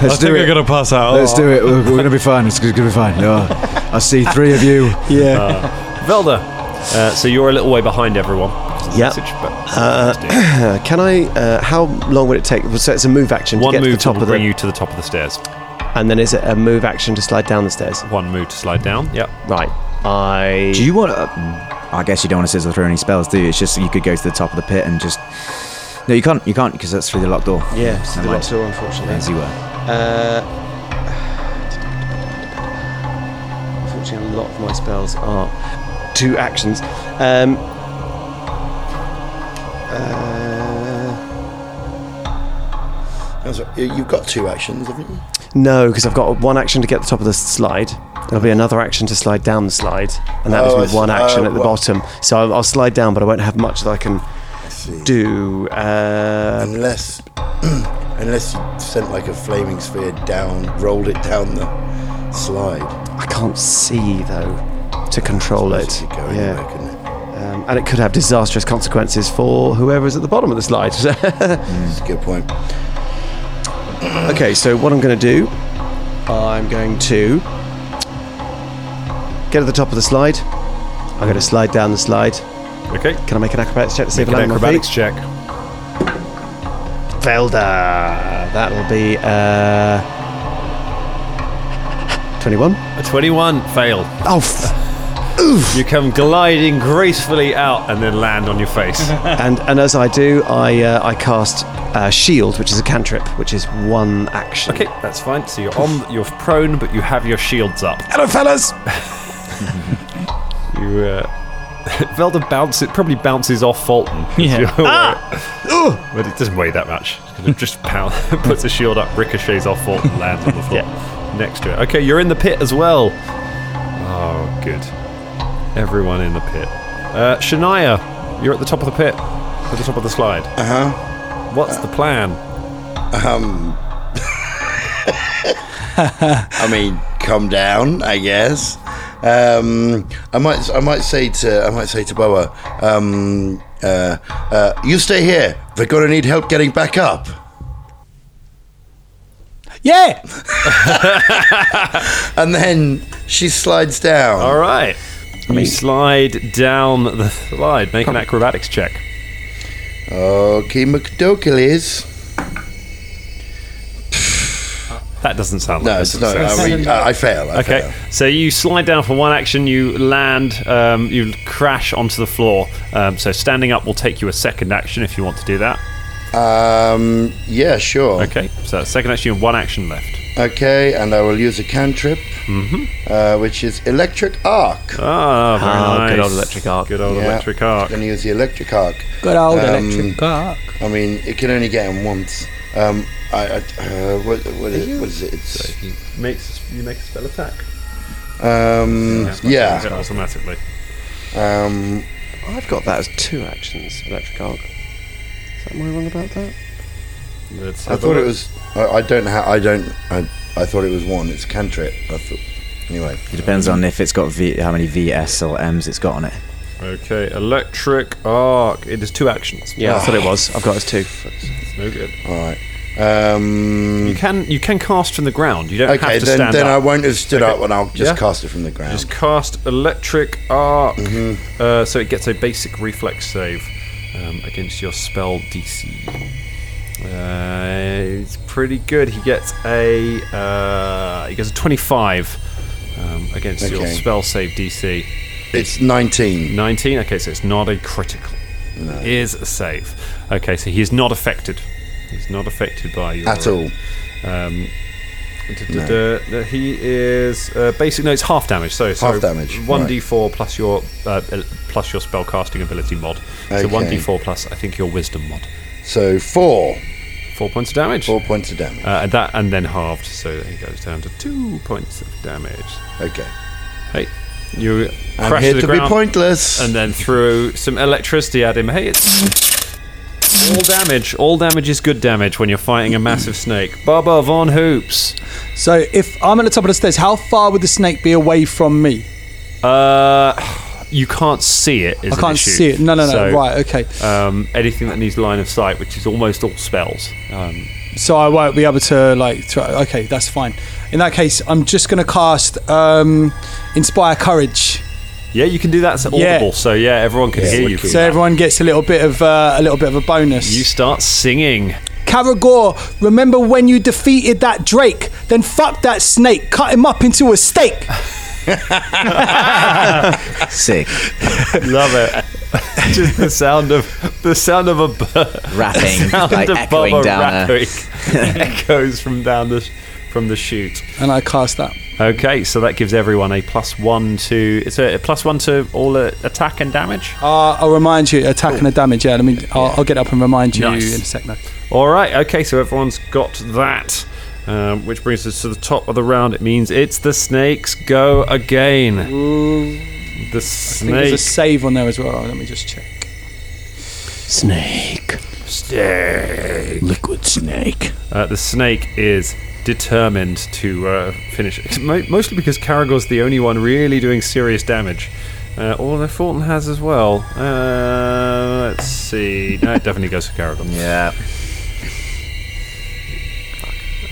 S7: Let's do it.
S9: gonna pass out.
S7: Let's do it. We're, we're gonna be fine. It's gonna be fine. Yeah. I see three of you.
S9: Yeah.
S5: Velda, uh, so you're a little way behind everyone.
S8: Yeah.
S5: Message, but
S8: Uh, can I? Uh, how long would it take? So it's a move action to
S5: one
S8: get to
S5: move
S8: the top
S5: will
S8: of the.
S5: bring you to the top of the stairs.
S8: And then is it a move action to slide down the stairs?
S5: One move to slide down. Yep.
S8: Right. I.
S10: Do you want? To, I guess you don't want to sizzle through any spells, do you? It's just you could go to the top of the pit and just. No, you can't. You can't because that's through the locked door.
S8: Yeah, it's through the
S10: Never mind.
S8: locked door, unfortunately.
S10: As you were.
S8: Uh, unfortunately, a lot of my spells are two actions. Um, uh,
S1: That's right. You- You've got two actions, haven't you?
S8: no, because I've got one action to get to the top of the slide. There'll be another action to slide down the slide, and that
S1: Oh, I
S8: was
S1: see.
S8: me one action
S1: Oh,
S8: at the
S1: well.
S8: bottom. So I'll, I'll slide down, but I won't have much that I can do. Uh,
S1: Unless, unless you sent like a flaming sphere down, rolled it down the slide.
S8: I can't see though to control it. yeah. Um, and it could have disastrous consequences for whoever is at the bottom of the slide. That's
S1: a good point.
S8: okay, so what I'm going to do, I'm going to get to the top of the slide. I'm going to slide down the slide.
S5: Okay.
S8: Can I make an acrobatics check to see
S5: Make
S8: if I
S5: an
S8: land on my
S5: acrobatics
S8: feet?
S5: check.
S8: Felder. That'll be uh, 21.
S5: A 21 fail.
S8: Oh,
S5: You come gliding gracefully out and then land on your face.
S8: and and as I do, I uh, I cast uh, shield, which is a cantrip, which is one action.
S5: okay, that's fine. So you're on, you're prone, but you have your shields up.
S8: Hello, fellas.
S5: You, uh, Velda bounce, it probably bounces off Fulton.
S9: Yeah.
S5: ah! But it doesn't weigh that much. It's gonna just pound, puts a shield up, ricochets off Fulton, lands on the floor next to it. Okay, you're in the pit as well. Oh, good. Everyone in the pit. Uh, Shania, you're at the top of the pit, at the top of the slide.
S1: Uh huh.
S5: What's the plan?
S1: Um, I mean, come down, I guess. Um, I might, I might say to, I might say to Boa, um, uh, uh, you stay here. We're gonna need help getting back up.
S2: Yeah.
S1: and then she slides down.
S5: All right. You slide down the slide. Make an acrobatics check.
S1: Okay, McDokeles.
S5: That doesn't sound
S1: No,
S5: like
S1: it's not. I, re- I I fail. I
S5: okay,
S1: fail.
S5: so you slide down for one action, you land, um, you crash onto the floor. Um, so standing up will take you a second action if you want to do that.
S1: Um, yeah, sure.
S5: Okay, so that's second action, you have one action left.
S1: Okay, and I will use a cantrip,
S5: Mm-hmm.
S1: uh, which is electric arc.
S5: Ah, very
S1: Ah,
S5: nice.
S1: good old electric
S5: arc. Good old
S1: Yeah.
S5: electric arc.
S1: Going to use the electric arc. Um,
S2: Good old electric arc.
S1: I mean, it can only get him once. Um, I, I uh, what, what, is, what is it? It's
S5: Makes you make a spell attack.
S1: um, yeah.
S5: automatically.
S1: Um,
S8: I've got that as two actions. Electric arc. Is that, am I wrong about that?
S5: Let's
S1: I
S5: have a
S1: thought it
S5: look.
S1: was. I, I don't. Ha- I don't. I, I thought it was one. It's cantrip. I thought. Anyway,
S10: It depends on if it's got v, how many VS or M's it's got on it.
S5: Okay, electric arc. It is two actions.
S8: Yeah, I thought it was. I've got as two.
S5: It's no good.
S1: All right. Um,
S5: You can you can cast from the ground. You don't
S1: okay,
S5: have to
S1: then
S5: stand
S1: then
S5: up.
S1: I won't have stood
S5: Okay.
S1: up, and I'll just
S5: Yeah.
S1: cast it from the ground.
S5: Just cast electric arc,
S1: Mm-hmm.
S5: uh, so it gets a basic reflex save um, against your spell DC. Uh, it's pretty good. He gets a uh, he gets a twenty-five um, against your
S1: Okay.
S5: spell save DC.
S1: It's nineteen.
S5: Nineteen. Okay, so it's not a critical.
S1: No.
S5: It is a save. Okay, so he is not affected. He's not affected by your
S1: At all.
S5: Um, Duh, duh, He is uh, basic. No, it's half damage. So, so
S1: Half damage,
S5: One d four plus your uh, el- plus your spell casting ability mod. So
S1: Okay.
S5: one d four plus I think your wisdom mod.
S1: So four.
S5: Four points of damage.
S1: Four points of damage.
S5: Uh, and that and then halved, so that he goes down to two points of damage.
S1: Okay.
S5: Hey, you
S1: I'm
S5: crashed
S1: here
S5: the
S1: to be
S5: ground
S1: pointless.
S5: and then threw some electricity at him. Hey, it's all damage. All damage is good damage when you're fighting a massive snake. Baba von Hoops.
S2: So if I'm at the top of the stairs, how far would the snake be away from me?
S5: Uh, you can't see it. Is
S2: I
S5: an
S2: can't
S5: issue.
S2: see it. No, no, no.
S5: So,
S2: Right, okay.
S5: Um, anything that needs line of sight, which is almost all spells. Um,
S2: So I won't be able to like. Throw, okay, that's fine. In that case, I'm just gonna cast um, Inspire Courage
S5: Yeah, you can do that. It's audible,
S2: Yeah.
S5: so yeah, everyone can hear you.
S2: So everyone gets a little bit of uh, a little bit of a bonus.
S5: you start singing.
S2: Caragor, remember when you defeated that Drake? Then fuck that snake, cut him up into a steak.
S10: Sick.
S5: Love it. Just the sound of the sound of a bird
S10: Rapping,
S5: the sound
S10: like
S5: of
S10: echoing
S5: Bubba
S10: down a-
S5: rapping echoes from down the from the chute.
S2: And I cast that.
S5: Okay, so that gives everyone a plus one to it's a, a plus one to all uh, attack and damage.
S2: Uh, I'll remind you, attack and a damage. Yeah, I mean, I'll, I'll get up and remind you
S5: Nice.
S2: in a second.
S5: All right, okay, so everyone's got that, um, which brings us to the top of the round. It means it's the snakes go again. The
S2: I think there's
S5: snake.
S2: a save on there as well. Let me just check.
S5: Snake. Snake. Liquid snake. Uh, the snake is determined to uh, finish it. Mo- Mostly because Caragor's the only one really doing serious damage. Uh, although Fulton has as well. Uh, let's see. No, it definitely goes for Caragor.
S10: Yeah.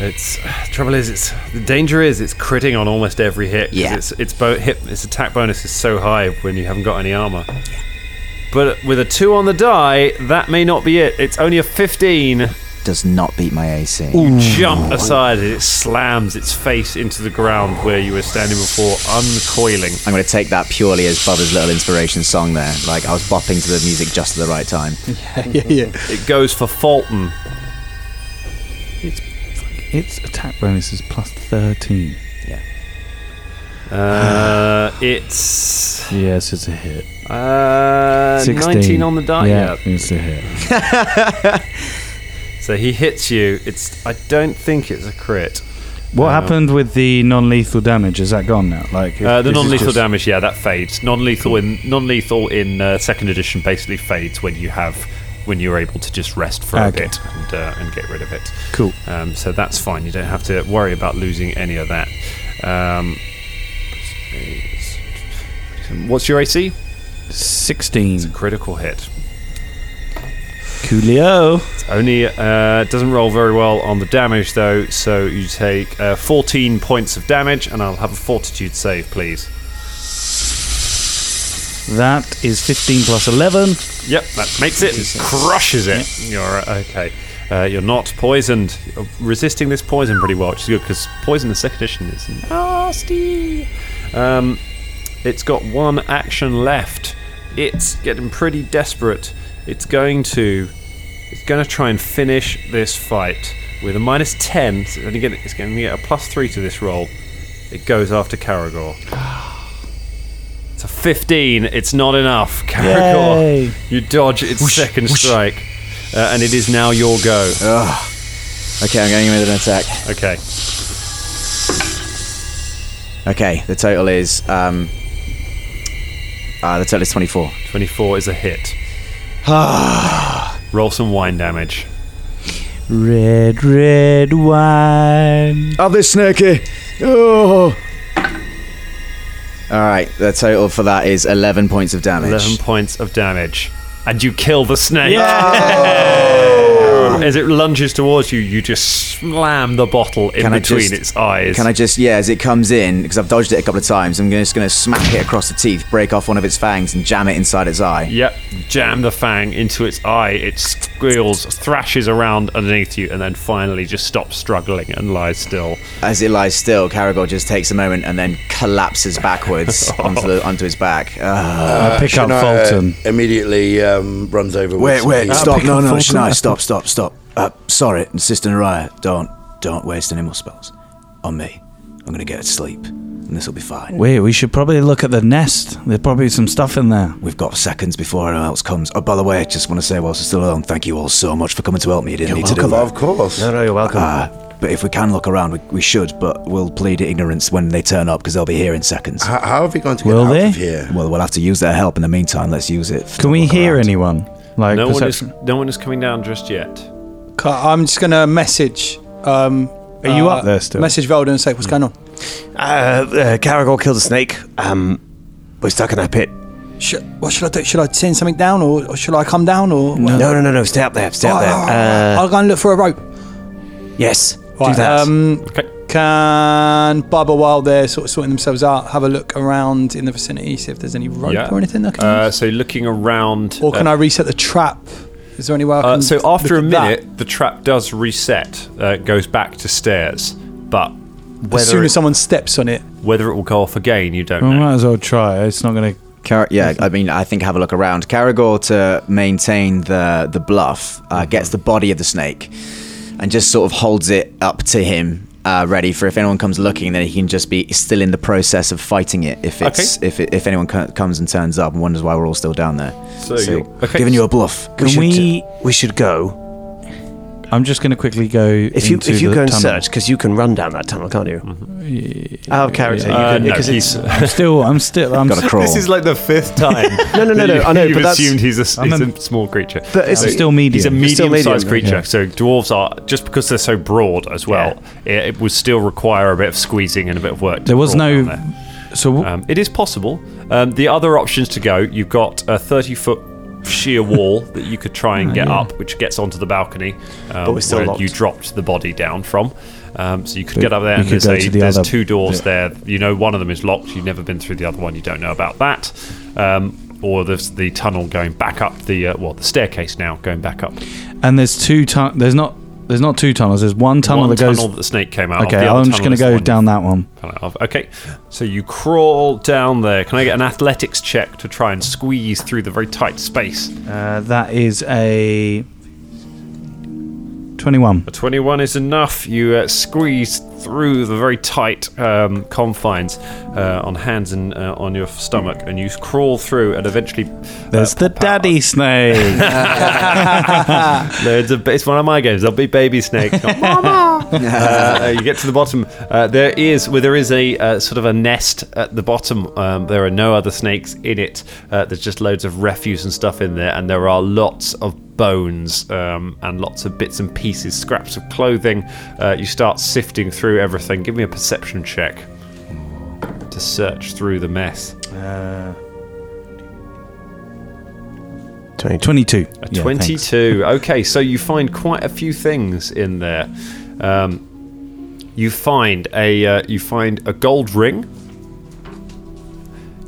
S5: It's uh, trouble is it's the danger is it's critting on almost every hit. 'cause
S10: Yeah.
S5: It's it's bo- hit its attack bonus is so high when you haven't got any armor. But with a two on the die, that may not be it. It's only a fifteen.
S10: Does not beat my AC.
S5: You jump aside and it slams its face into the ground where you were standing before, uncoiling.
S10: I'm going to take that purely as Bubba's little inspiration song there. Like, I was bopping to the music just at the right time.
S2: yeah, yeah.
S5: It goes for Fulton.
S9: Its attack bonus is plus 13.
S10: Yeah.
S5: Uh, it's
S9: Yes, it's a hit.
S5: uh,
S9: 16.
S5: 19 on the die.
S9: Yeah, it's a hit.
S5: So he hits you. It's I don't think it's a crit.
S9: What
S5: Um,
S9: happened with the non-lethal damage? Is that gone now? Like
S5: Uh,
S9: if this
S5: the
S9: is
S5: non-lethal
S9: just- Hmm.
S5: damage, yeah, that fades. Non-lethal in non-lethal in uh, second edition basically fades when you have when you're able to just rest for
S9: Okay.
S5: a bit and uh, and get rid of it.
S9: Cool.
S5: Um, so that's fine. You don't have to worry about losing any of that. Um, what's your AC?
S9: Sixteen. It's a
S5: critical hit.
S9: Coolio.
S5: It's only uh, doesn't roll very well on the damage though. So you take uh, 14 points of damage, and I'll have a fortitude save, please.
S9: That is fifteen plus eleven.
S5: Yep, that makes it. Crushes it. You're uh, okay. Uh, you're not poisoned. You're resisting this poison pretty well, which is good because poison in second edition is nasty. Um, it's got one action left. It's getting pretty desperate. It's going to. It's going to try and finish this fight with a minus ten. So it's going to get, it's going to get a plus three to this roll. It goes after Caragor. It's a 15. It's not enough. Caragor,
S9: Yay.
S5: you dodge its second strike, uh, and it is now your go.
S10: Okay, I'm going with an attack.
S5: Okay.
S10: Okay, the total is. um uh, The total is 24.
S5: 24 is a hit. Roll some wine damage.
S9: Red, red wine.
S10: Have this snakey. Oh. All right, the total for that is 11 points of damage.
S5: 11 points of damage. And you kill the snake. Oh. As it lunges towards you, you just slam the bottle in
S10: Can I
S5: between
S10: just-
S5: its eyes.
S10: Can I just, yeah, as it comes in, because I've dodged it a couple of times, I'm just going to smack it across the teeth, break off one of its fangs, and jam it inside its eye.
S5: Yep, jam the fang into its eye. It squeals, thrashes around underneath you, and then finally just stops struggling and lies still.
S10: As it lies still, Caragor just takes a moment and then collapses backwards onto, the, onto his back. Ah.
S5: Uh,
S1: Shania uh, Immediately um, runs over. with
S6: Wait, wait,
S1: Snake.
S6: stop. No, no, Shania, stop, stop, stop. Uh, sorry, and Sister Naraya, don't, don't waste any more spells on me. I'm going to get to sleep, and this will be fine.
S9: Wait, we should probably look at the nest. There's probably some stuff in there.
S6: We've got seconds before anyone else comes. Oh, by the way, I just want to say, whilst we're still alone, thank you all so much for coming to help me. You didn't
S1: You're
S6: need to do
S1: welcome.
S6: that.
S1: Of course.
S6: No, no, you're welcome.
S9: Ah,
S6: Uh, but if we can look around, we, we should, but we'll plead ignorance when they turn up because they'll be here in seconds.
S8: Uh,
S1: How, how have you gone to get
S6: Will
S1: out
S6: they?
S1: of here?
S6: Well, we'll have to use their help in the meantime. Let's use it.
S9: Can we hear anyone? Like
S5: no one is
S9: perception.
S5: no one is coming down just yet.
S2: Ca- I'm just gonna message. Um,
S8: Are you up there still?
S2: Message Velda and say what's going on.
S8: Uh, uh, Caragor killed a snake. Um, we're stuck in that pit.
S2: Sh- what should I do? Should I send something down, or, or should I come down, or
S8: No, no, no, no. Stay up there. Stay up
S2: Oh,
S8: there. Uh,
S2: I'll go and look for a rope.
S8: yes.
S2: Right,
S8: do that.
S2: Um,
S5: Okay.
S2: can Bubba, while they're sort of sorting themselves out, have a look around in the vicinity, see if there's any rope
S5: Yeah.
S2: or anything I can
S5: Uh, so looking around.
S2: Or can
S5: uh,
S2: I reset the trap? Is there any way I can
S5: Uh, so after a
S2: look at that?
S5: minute, the trap does reset, uh, goes back to stairs, but
S2: as soon
S5: whether
S2: as
S5: it,
S2: someone steps on it,
S5: whether it will go off again, you don't
S9: We
S5: know.
S9: might as well try. It's not going to.
S10: Car- yeah,
S5: Mm-hmm.
S10: I mean, I think have a look around. Caragor to maintain the the bluff uh,
S5: Mm-hmm.
S10: gets the body of the snake and just sort of holds it up to him, uh, ready for if anyone comes looking, then he can just be still in the process of fighting it. If it's if it, if anyone co- comes and turns up and wonders why we're all still down there,
S5: So you're- okay.
S10: giving you a bluff.
S8: Can
S10: should-
S8: we? We should go.
S9: I'm just going to quickly go.
S8: If you
S9: into
S8: if you
S9: the
S8: go and
S9: tunnel. Mm-hmm.
S8: search, because you can run down that tunnel, can't you? Out of character, you
S5: Uh,
S8: can-
S5: no,
S8: because it's-
S5: he's
S9: I'm still, I'm still, I'm
S10: Gotta crawl.
S5: This is like the fifth time.
S8: No, no, no,
S5: that
S8: no,
S5: you-
S8: I know,
S5: You've
S8: but that's-
S5: assumed he's a,
S9: I'm
S5: he's
S9: a-
S5: a small creature.
S8: But it's-
S9: I'm still medium.
S5: He's a
S8: You're still
S5: medium-sized
S8: medium,
S5: creature.
S9: yeah.
S5: So dwarves are just because they're so broad as well. It, it would still require a bit of squeezing and a bit of work. to
S9: There was no.
S5: crawl down there.
S9: So w-
S5: Um, it is possible. Um, the other options to go, you've got a 30 foot sheer wall that you could try
S8: Ah,
S5: and get up, which gets onto the balcony, um,
S8: we're still
S5: where
S8: locked.
S5: you dropped the body down from. Um, so you could get up there
S9: we
S5: and
S9: could
S5: just
S9: go
S5: say
S9: to the
S5: there's
S9: other-
S5: two doors
S9: yeah.
S5: there. You know, one of them is locked. You've never been through the other one. You don't know about that. Um, or there's the tunnel going back up the uh, well, the staircase now going back up.
S9: and there's two. Tu- there's not. There's not two tunnels. There's one tunnel
S5: one
S9: that goes.
S5: tunnel that the snake came out. of,
S9: okay,
S5: the other
S9: I'm just going
S5: tunnel
S9: to
S5: is the
S9: go
S5: one you
S9: down that one.
S5: Kind of. Okay, so you crawl down there. Can I get an athletics check to try and squeeze through the very tight space?
S9: Uh, that is a twenty-one.
S5: A 21 is enough. You uh, squeeze through the very tight um, confines uh, on hands and uh, on your stomach, and you crawl through and eventually. uh,
S9: There's the daddy snake.
S5: No, it's, a, it's one of my games. I'll be baby snake. not Mama. uh, you get to the bottom. Uh, there is well, there is a uh, sort of a nest at the bottom. Um, there are no other snakes in it. Uh, there's just loads of refuse and stuff in there, and there are lots of bones um, and lots of bits and pieces, scraps of clothing. Uh, you start sifting through everything. Give me a perception check to search through the mess.
S9: Twenty-two. Yeah, thanks.
S5: 22. Okay, so you find quite a few things in there. Um, you find a uh, you find a gold ring.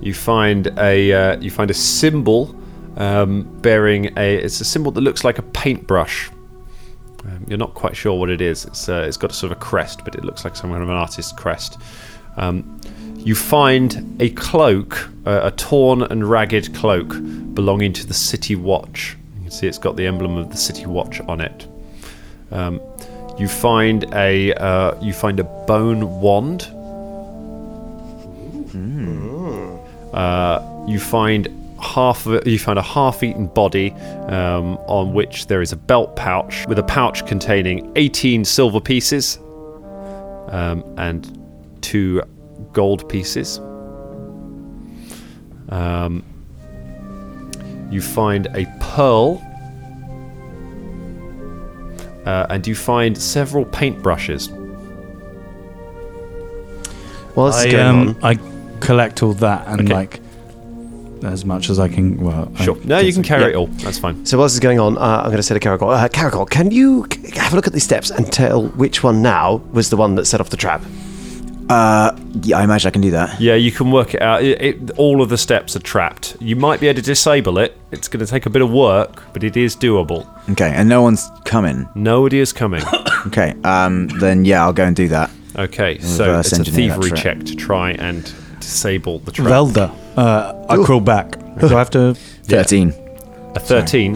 S5: You find a uh, you find a symbol um, bearing a it's a symbol that looks like a paintbrush. Um, you're not quite sure what it is. It's uh, it's got a sort of a crest, but it looks like some kind of an artist's crest. Um, you find a cloak, uh, a torn and ragged cloak belonging to the City Watch. You can see it's got the emblem of the City Watch on it. Um, you find a uh, you find a bone wand. Uh, you find half of it, you find a half-eaten body um, on which there is a belt pouch with a pouch containing 18 silver pieces um, and two gold pieces. Um, you find a pearl. Uh, and you find several paintbrushes.
S8: While this is
S9: I
S8: going
S9: um,
S8: on,
S9: I collect all that and
S5: Okay.
S9: like as much as I can. Well, I
S5: Sure. No, you
S9: guess
S5: can
S9: I-
S5: carry
S8: yeah.
S5: it all. That's fine.
S8: so while this is going on, uh, I'm going to say to Caracol, uh, Caracol, can you c- have a look at these steps and tell which one now was the one that set off the trap?
S10: Uh, yeah, I imagine I can do that.
S5: Yeah, you can work it out. It, it, all of the steps are trapped. You might be able to disable it. It's going to take a bit of work, but it is doable.
S10: Okay, and no one's coming.
S5: Nobody is coming.
S10: Okay, um, then yeah, I'll go and do that.
S5: Okay, so
S10: reverse
S5: it's a
S10: engineer that
S5: thievery
S10: trap.
S5: check to try and disable the trap.
S9: Velda. Uh, I crawl back. Do I have to?
S10: Thirteen.
S5: a thirteen.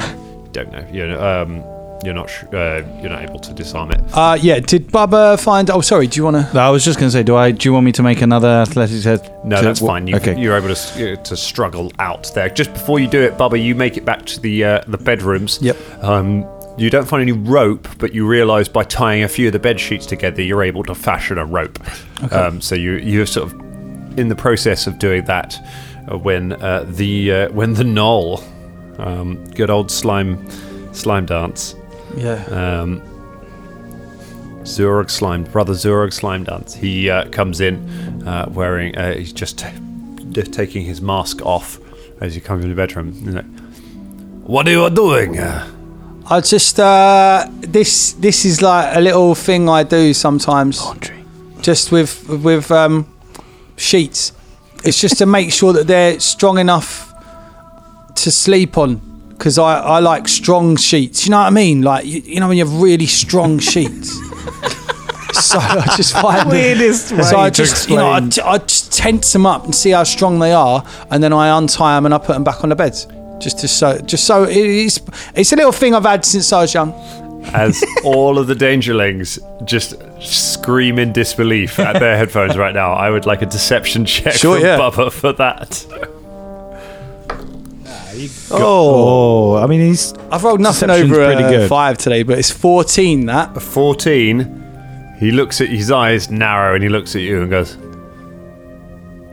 S5: Don't know. You know, um, you're not. Sh- uh, you're not able to disarm it.
S2: uh, yeah. Did Bubba find? Oh, sorry. Do you want to?
S9: I was just going to say, do I? Do you want me to make another athletics test?
S5: No,
S9: to-
S5: that's
S9: wha-
S5: fine. You,
S9: okay.
S5: You're able to s- uh, to struggle out there. Just before you do it, Bubba, you make it back to the uh, the bedrooms.
S2: Yep.
S5: Um, you don't find any rope, but you realise by tying a few of the bed sheets together, you're able to fashion a rope. Um, so you you're sort of in the process of doing that uh, when uh, the uh, when the knoll, um, good old slime slime dance.
S2: Yeah.
S5: Um, Zurg Slime, brother Zurg Slime Dance. He uh, comes in uh, wearing, uh, he's just t- t- taking his mask off as he comes in the bedroom. He's like, what are you doing? Uh,
S2: I just uh, this this is like a little thing I do sometimes. Laundry. just with with um, sheets. It's just to make sure that they're strong enough to sleep on. Because I, I like strong sheets. You know what I mean? Like you, you know when you have really strong sheets. so I just find
S9: Weirdest
S2: them,
S9: way
S2: So I
S9: to
S2: just you know I,
S9: explain.
S2: t- I just tense them up and see how strong they are, and then I untie them and I put them back on the bed. Just to so just so it- it's it's a little thing I've had since I was young.
S5: as all of the dangerlings just scream in disbelief at their headphones right now. I would like a deception check
S9: Sure,
S5: from
S9: yeah.
S5: Bubba for that.
S9: Oh, I mean, he's.
S2: I've rolled nothing
S9: Deception's
S2: over
S9: pretty
S2: a
S9: good.
S2: five today, but it's fourteen. That
S5: fourteen. He looks at his eyes narrow and he looks at you and goes,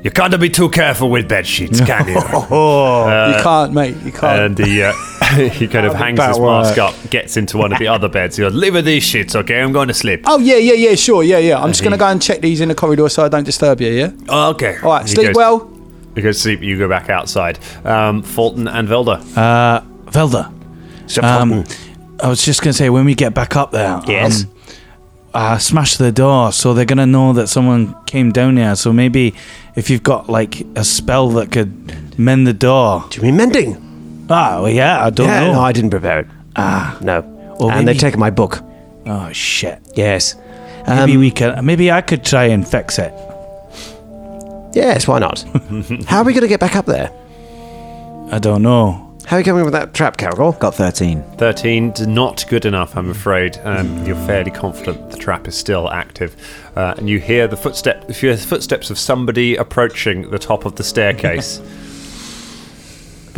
S5: "You can't be too careful with bed sheets, can you?" Uh,
S2: you can't, mate. You can't.
S5: And he, uh, he kind of hangs
S2: bad
S5: his mask
S2: Oh. work.
S5: up, gets into one of the other beds. He goes, "Leave with these shits, okay? I'm going to sleep."
S2: Oh yeah, yeah, yeah, sure, yeah, yeah. I'm just
S5: he-
S2: gonna go and check these in the corridor so I don't disturb you. Yeah.
S5: Oh, okay.
S2: All right,
S5: He
S2: sleep
S5: goes-
S2: well.
S5: He goes to sleep. You go back outside. Um, Fulton and Velda.
S9: Uh, Velda. Um, I was just going to say, when we get back up there.
S5: Yes.
S9: Um, uh, smash the door so they're going to know that someone came down here. So maybe if you've got like a spell that could mend the door. Do
S8: you mean mending?
S9: Ah, well, yeah, I don't
S8: Yeah,
S9: know.
S8: no, I didn't prepare it.
S9: Ah.
S8: No.
S9: Or maybe-
S8: and they've taken my book.
S9: Oh, shit.
S8: Yes.
S9: Maybe
S5: Um,
S9: we can. Maybe I could try and fix it.
S8: Yes, why not? How are we going to get back up there?
S9: I don't know.
S8: How are you coming with that trap, Caragol?
S10: Got 13.
S5: 13 's not good enough, I'm afraid. Um, you're fairly confident the trap is still active. Uh, and you hear the footstep, if you hear the footsteps of somebody approaching the top of the staircase. "Hmm."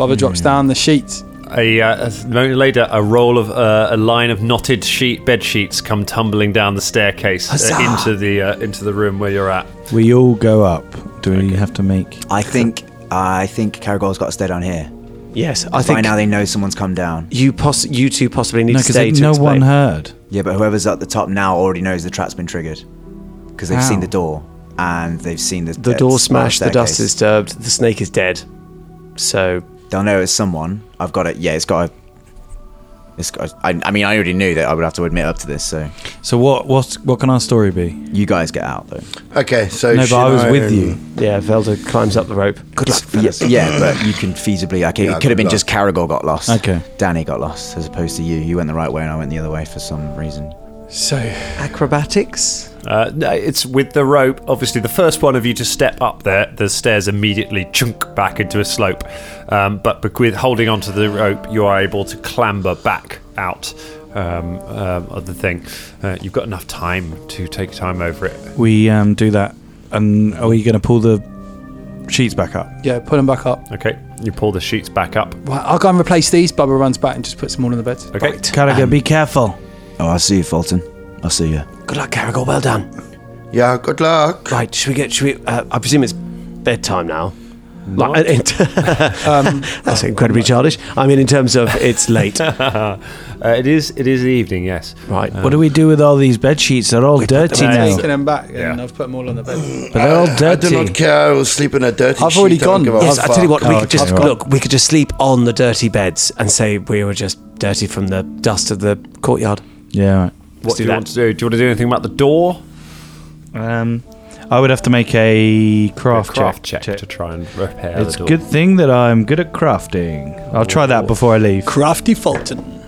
S2: Bubba drops down the sheets.
S5: A, uh, a moment later, a roll of uh, a line of knotted sheet bed sheets come tumbling down the staircase uh,
S9: Huzzah!
S5: into the uh, into the room where you're at.
S9: We all go up. Do we have to make?
S10: I think I think Caragol's got to stay down here.
S8: Yes, I
S10: By
S8: think-
S10: now they know someone's come down.
S8: You poss- you two possibly need
S9: No,
S8: to
S9: 'cause
S8: stay
S9: it-
S8: to
S9: no
S8: explain.
S9: one heard.
S10: Yeah, but whoever's at the top now already knows the trap's been triggered because they've
S8: How?
S10: seen the door and they've seen the uh,
S8: The door smashed, the dust
S10: staircase.
S8: is disturbed, the snake is dead. So
S10: they'll know it's someone. I've got it. Yeah, it's got. A, it's got. A, I, I mean, I already knew that I would have to admit up to this. So
S9: So what? What? What can our story be?
S10: You guys get out though.
S1: Okay, so
S9: no, but I was with you.
S1: um,
S8: Yeah, Velda climbs up the rope.
S10: Good luck. Yeah, yeah, but you can feasibly. Okay,
S9: Yeah,
S10: it could have
S9: good
S10: been
S9: luck.
S10: just Caragol got lost.
S9: Okay.
S10: Danny got lost as opposed to you. You went the right way and I went the other way for some reason.
S2: So
S8: acrobatics.
S5: Uh, no, it's with the rope. Obviously, the first one of you to step up there, the stairs immediately chunk back into a slope. Um, but bec- with holding onto the rope, you are able to clamber back out um, um, of the thing. Uh, you've got enough time to take time over it.
S9: We um, do that, and are we going to pull the sheets back up?
S2: Yeah, put them back up.
S5: Okay, you pull the sheets back up.
S2: Right, I'll go and replace these. Bubba runs back and just puts them all in the bed.
S5: Okay.
S9: Carragher,
S5: um,
S9: be careful.
S10: Oh, I'll see you, Fulton. I'll see you.
S8: Good luck, Caragol. Well done.
S1: Yeah, good luck.
S8: Right, should we get? Should we? Uh, I presume it's bedtime now. Like,
S9: Um,
S8: that's incredibly childish. I mean, in terms of it's late.
S5: uh, it is. It is the evening. Yes. Uh,
S8: Right.
S9: what do we do with all these bed sheets? They're all dirty
S2: I've
S9: now.
S2: taken them back and I've put them all on the bed.
S9: But they're all
S1: I do
S9: dirty.
S1: not care. I will sleep in a dirty
S2: I've already
S1: sheet. I don't give
S2: gone.
S1: a
S8: yes, I tell you what,
S1: fuck.
S8: we could just
S1: I've gone.
S8: look. We could just sleep on the dirty beds and say we were just dirty from the dust of the courtyard.
S9: Yeah. Right.
S5: What
S8: do
S5: do you
S8: that.
S5: want to do? Do you want to do anything about the door?
S9: Um, I would have to make a craft,
S5: Craft
S9: check.
S5: check, to try and repair
S9: It's
S5: the
S9: a
S5: door.
S9: good thing that I'm good at crafting. I'll try that before I leave.
S2: Crafty Fulton.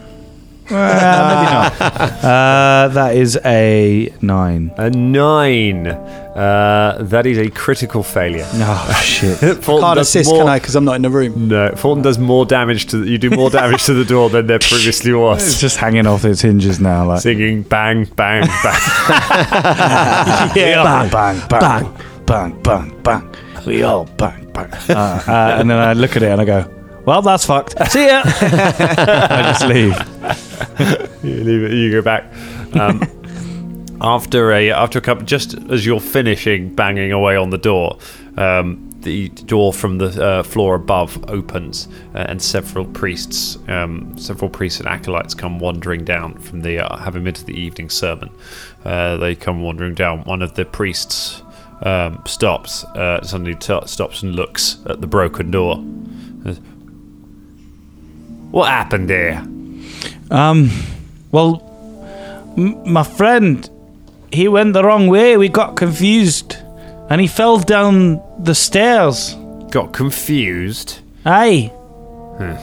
S9: Uh, maybe not. Uh, that is a nine.
S5: A nine. Uh, that is a critical failure.
S9: Oh shit!
S5: Fulton
S2: Can't
S5: does
S2: assist,
S5: more-
S2: can I? Because I'm not in the room.
S5: No, Fulton does more damage to the, you do more damage to the door than there previously
S9: It's
S5: was.
S9: just hanging off its hinges now. Like
S5: Singing bang bang bang.
S9: bang, bang, bang, bang, bang, bang. We all bang, bang. Uh, uh, and then I look at it and I go, "Well, that's fucked." See ya. I just leave.
S5: you leave it. You go back. Um, after a after a couple, just as you're finishing banging away on the door, um, the door from the uh, floor above opens, uh, and several priests, um, several priests and acolytes come wandering down from the uh, having been to the evening sermon. Uh, they come wandering down. One of the priests um, stops uh, suddenly t- stops and looks at the broken door. Uh, What happened there?
S9: Um, well, m- my friend he went the wrong way. We got confused, and he fell down the stairs.
S5: Got confused.
S9: Aye,
S5: Huh.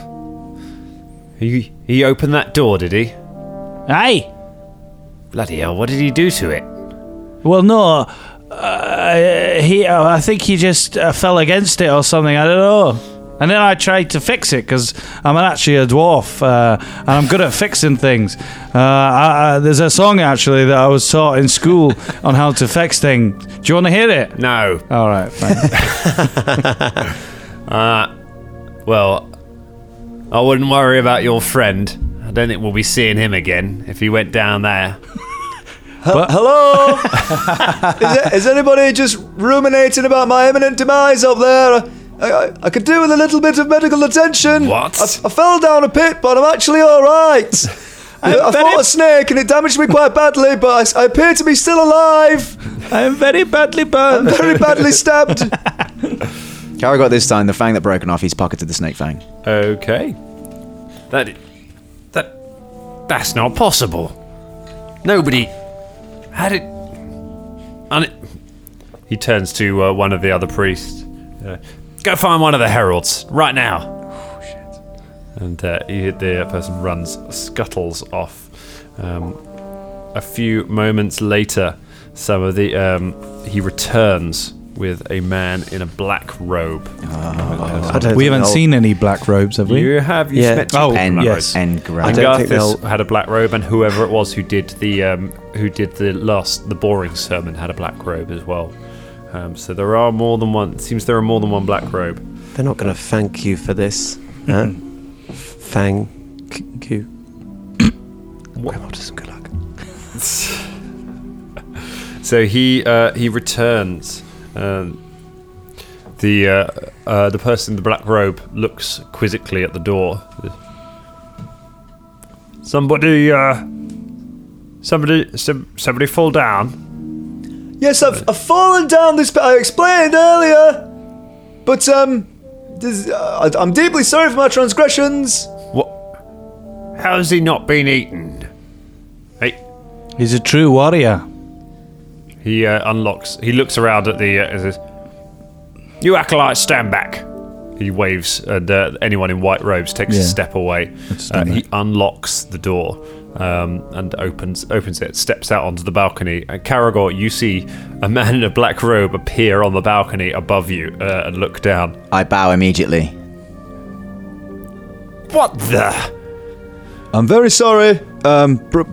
S5: He, he opened that door, did he?
S9: aye.
S5: Bloody hell, what did he do to it?
S9: Well, no. Uh, he, uh, I think he just uh, fell against it or something. I don't know. And then I tried to fix it because I'm actually a dwarf uh, and I'm good at fixing things. Uh, I, I, there's a song actually that I was taught in school on how to fix things. Do you want to hear it?
S5: No.
S9: All right, fine.
S5: Uh, well, I wouldn't worry about your friend. I don't think we'll be seeing him again if he went down there.
S7: Hello? is, there- is anybody just ruminating about my imminent demise up there? I, I, I could do with a little bit of medical attention. What? I, I fell down a pit, but I'm actually all right. I, I fought a snake and it damaged me quite badly, but I s- I, appear to be still alive.
S9: I'm very badly burned.
S7: I'm very badly stabbed.
S10: Kara got this time the fang that broken off. He's pocketed the snake fang.
S5: Okay. That. That. That's not possible. Nobody. How did. And it- he turns to uh, one of the other priests. Uh, Go find one of the heralds right now. And uh, you, the person runs, scuttles off. Um, a few moments later, some of the um, he returns with a man in a black robe.
S9: we haven't seen any black robes, have we?
S5: You have. You spent two
S9: oh,
S5: people in black
S9: yes.
S5: robes. And Garthus had a black robe, and whoever it was who did the um, who did the last the boring sermon had a black robe as well. Um, so there are more than one. It seems there are more than one black robe.
S8: They're not going to thank you for this. Huh? Thank you. Grandma doesn't good luck.
S5: So he uh, he returns. Um, the uh, uh, the person in the black robe looks quizzically at the door. Somebody, uh, somebody, some, somebody fall down.
S7: Yes, I've, I've fallen down this. pa- I explained earlier, but um, this, uh, I- I'm deeply sorry for my transgressions.
S5: How's he not been eaten?
S9: He's a true warrior.
S5: He uh, unlocks. He looks around at the. Uh, and says, you acolytes, stand back. He waves, and uh, anyone in white robes takes a
S9: Yeah.
S5: step away. Uh,
S9: stand
S5: he unlocks the door um, and opens opens it. Steps out onto the balcony. Uh, Caragor, you see a man in a black robe appear on the balcony above you uh, and look down.
S10: I bow immediately.
S5: What the?
S10: I'm very sorry, um, br-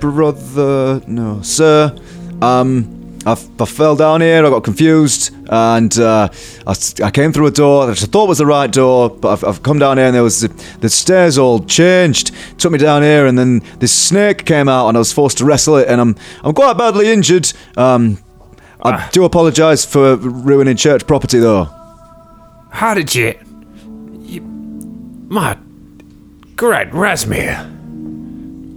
S10: brother. No, sir. Um, I, f- I fell down here. I got confused, and uh, I, s- I came through a door that I thought was the right door, but I've, I've come down here, and there was the, the stairs all changed. Took me down here, and then this snake came out, and I was forced to wrestle it, and I'm I'm quite badly injured. Um, I do apologise for ruining church property, though.
S5: How did you? you my great Rasmir.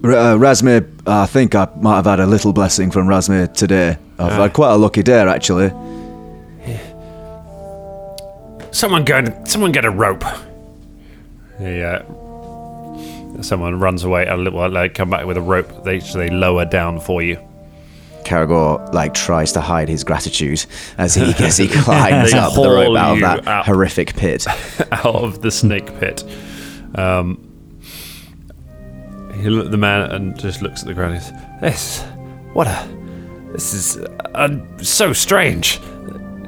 S10: R- uh, Rasmir, I think I might have had a little blessing from Rasmir today. I've
S5: Ah.
S10: had quite a lucky day, actually.
S5: Someone go and someone get a rope. Yeah. Someone runs away a little while they come back with a rope they they lower down for you.
S10: Caragor like tries to hide his gratitude as he as he climbs
S5: They
S10: up the rope
S5: haul
S10: out of
S5: you
S10: that
S5: up.
S10: horrific pit.
S5: out of the snake pit. Um he looked at the man and just looks at the ground and says, This what a this is uh, so strange.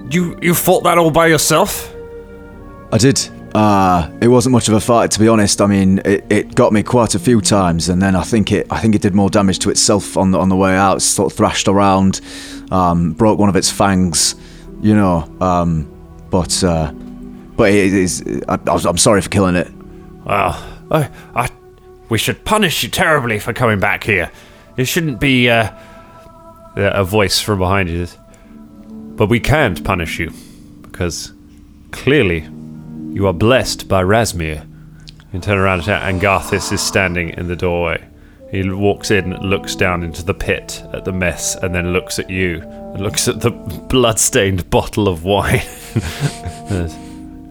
S5: You you fought that all by yourself?
S10: I did. Uh, it wasn't much of a fight, to be honest. I mean, it, it got me quite a few times, and then I think it I think it did more damage to itself on the on the way out. Sort of thrashed around, um, broke one of its fangs, you know. Um, but uh, but it is. I, I'm sorry for killing it.
S5: Well, I, I, we should punish you terribly for coming back here. It shouldn't be. Uh... A voice from behind you says, But we can't punish you, because clearly you are blessed by Rasmir. You turn around and Garthis is standing in the doorway. He walks in, looks down into the pit at the mess, and then looks at you, and looks at the blood-stained bottle of wine. Yes.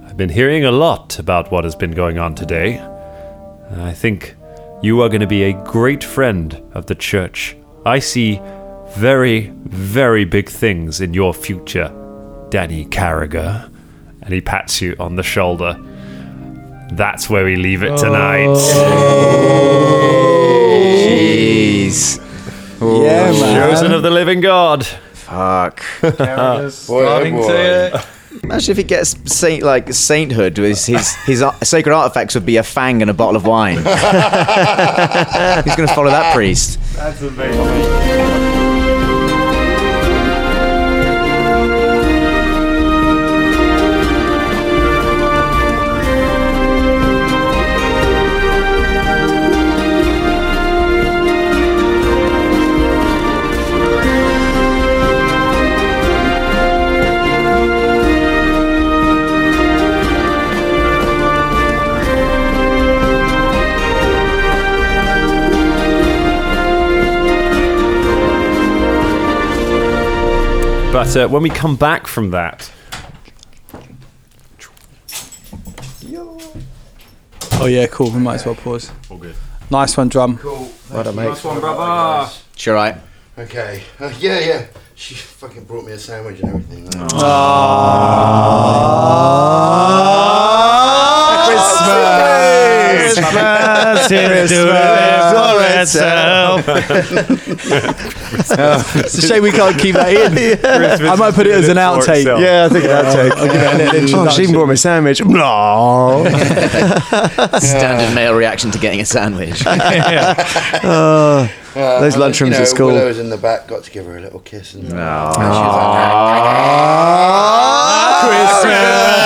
S5: I've been hearing a lot about what has been going on today. I think you are going to be a great friend of the church. I see very, very big things in your future, Danny Carragher. And he pats you on the shoulder. That's where we leave it tonight.
S10: Jeez.
S5: Yeah, man. Chosen of the living god.
S10: Fuck.
S5: Starting to-
S10: Imagine if he gets saint like sainthood. His his, his ar- sacred artifacts would be a fang and a bottle of wine. He's going to follow that priest.
S5: That's amazing. But uh, when we come back from that,
S2: Oh yeah, cool. We might as well pause.
S1: All good.
S2: Nice one, drum.
S1: Cool.
S2: Well done, mate.
S1: brother.
S10: It's all right.
S1: Okay. Uh, yeah, yeah. She fucking brought me a sandwich and everything.
S9: Ah.
S10: Christmas!
S9: Christmas is doing it all itself.
S10: it's a shame we can't keep that in.
S2: I might put it as an outtake.
S8: Yeah, I think
S2: Yeah.
S8: that's
S2: I'll give it an
S8: Oh, she
S2: introduction.
S8: even brought me a sandwich.
S10: Standard male reaction to getting a sandwich.
S8: Uh, those
S1: and,
S8: lunchrooms
S1: you know,
S8: at school.
S1: Willow was in the back, got to give her a little kiss. And, and she was like,
S8: Ah.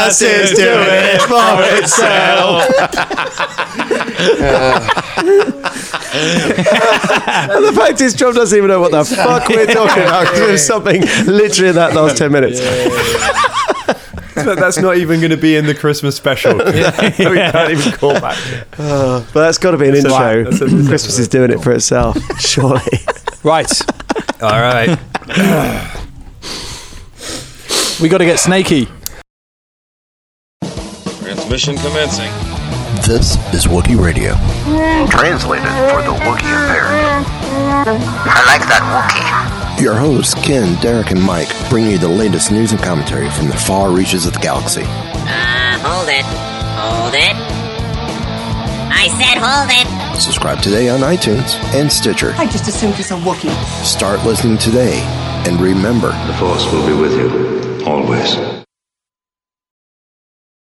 S1: "Ah,
S10: Christmas is doing it for itself.
S8: and the fact is, John doesn't even know what the fuck we're talking about. There's something literally in that last 10 minutes.
S5: that's not even going to be in the Christmas special. we can't even call back.
S8: Uh, but that's got to be an
S5: That's a-
S8: intro.
S5: that's a-
S8: Christmas is doing it for itself, surely.
S2: Right.
S5: All right.
S2: We got to get snaky.
S13: Transmission commencing.
S14: This is Wookiee Radio.
S13: Translated for the Wookiee impaired. I like that Wookiee.
S14: Your hosts, Ken, Derek, and Mike, bring you the latest news and commentary from the far reaches of the galaxy.
S15: Uh, hold it. Hold it. I said hold it.
S14: Subscribe today on iTunes and Stitcher.
S15: I just assumed it's a Wookiee.
S14: Start listening today, and remember the Force will be with you always.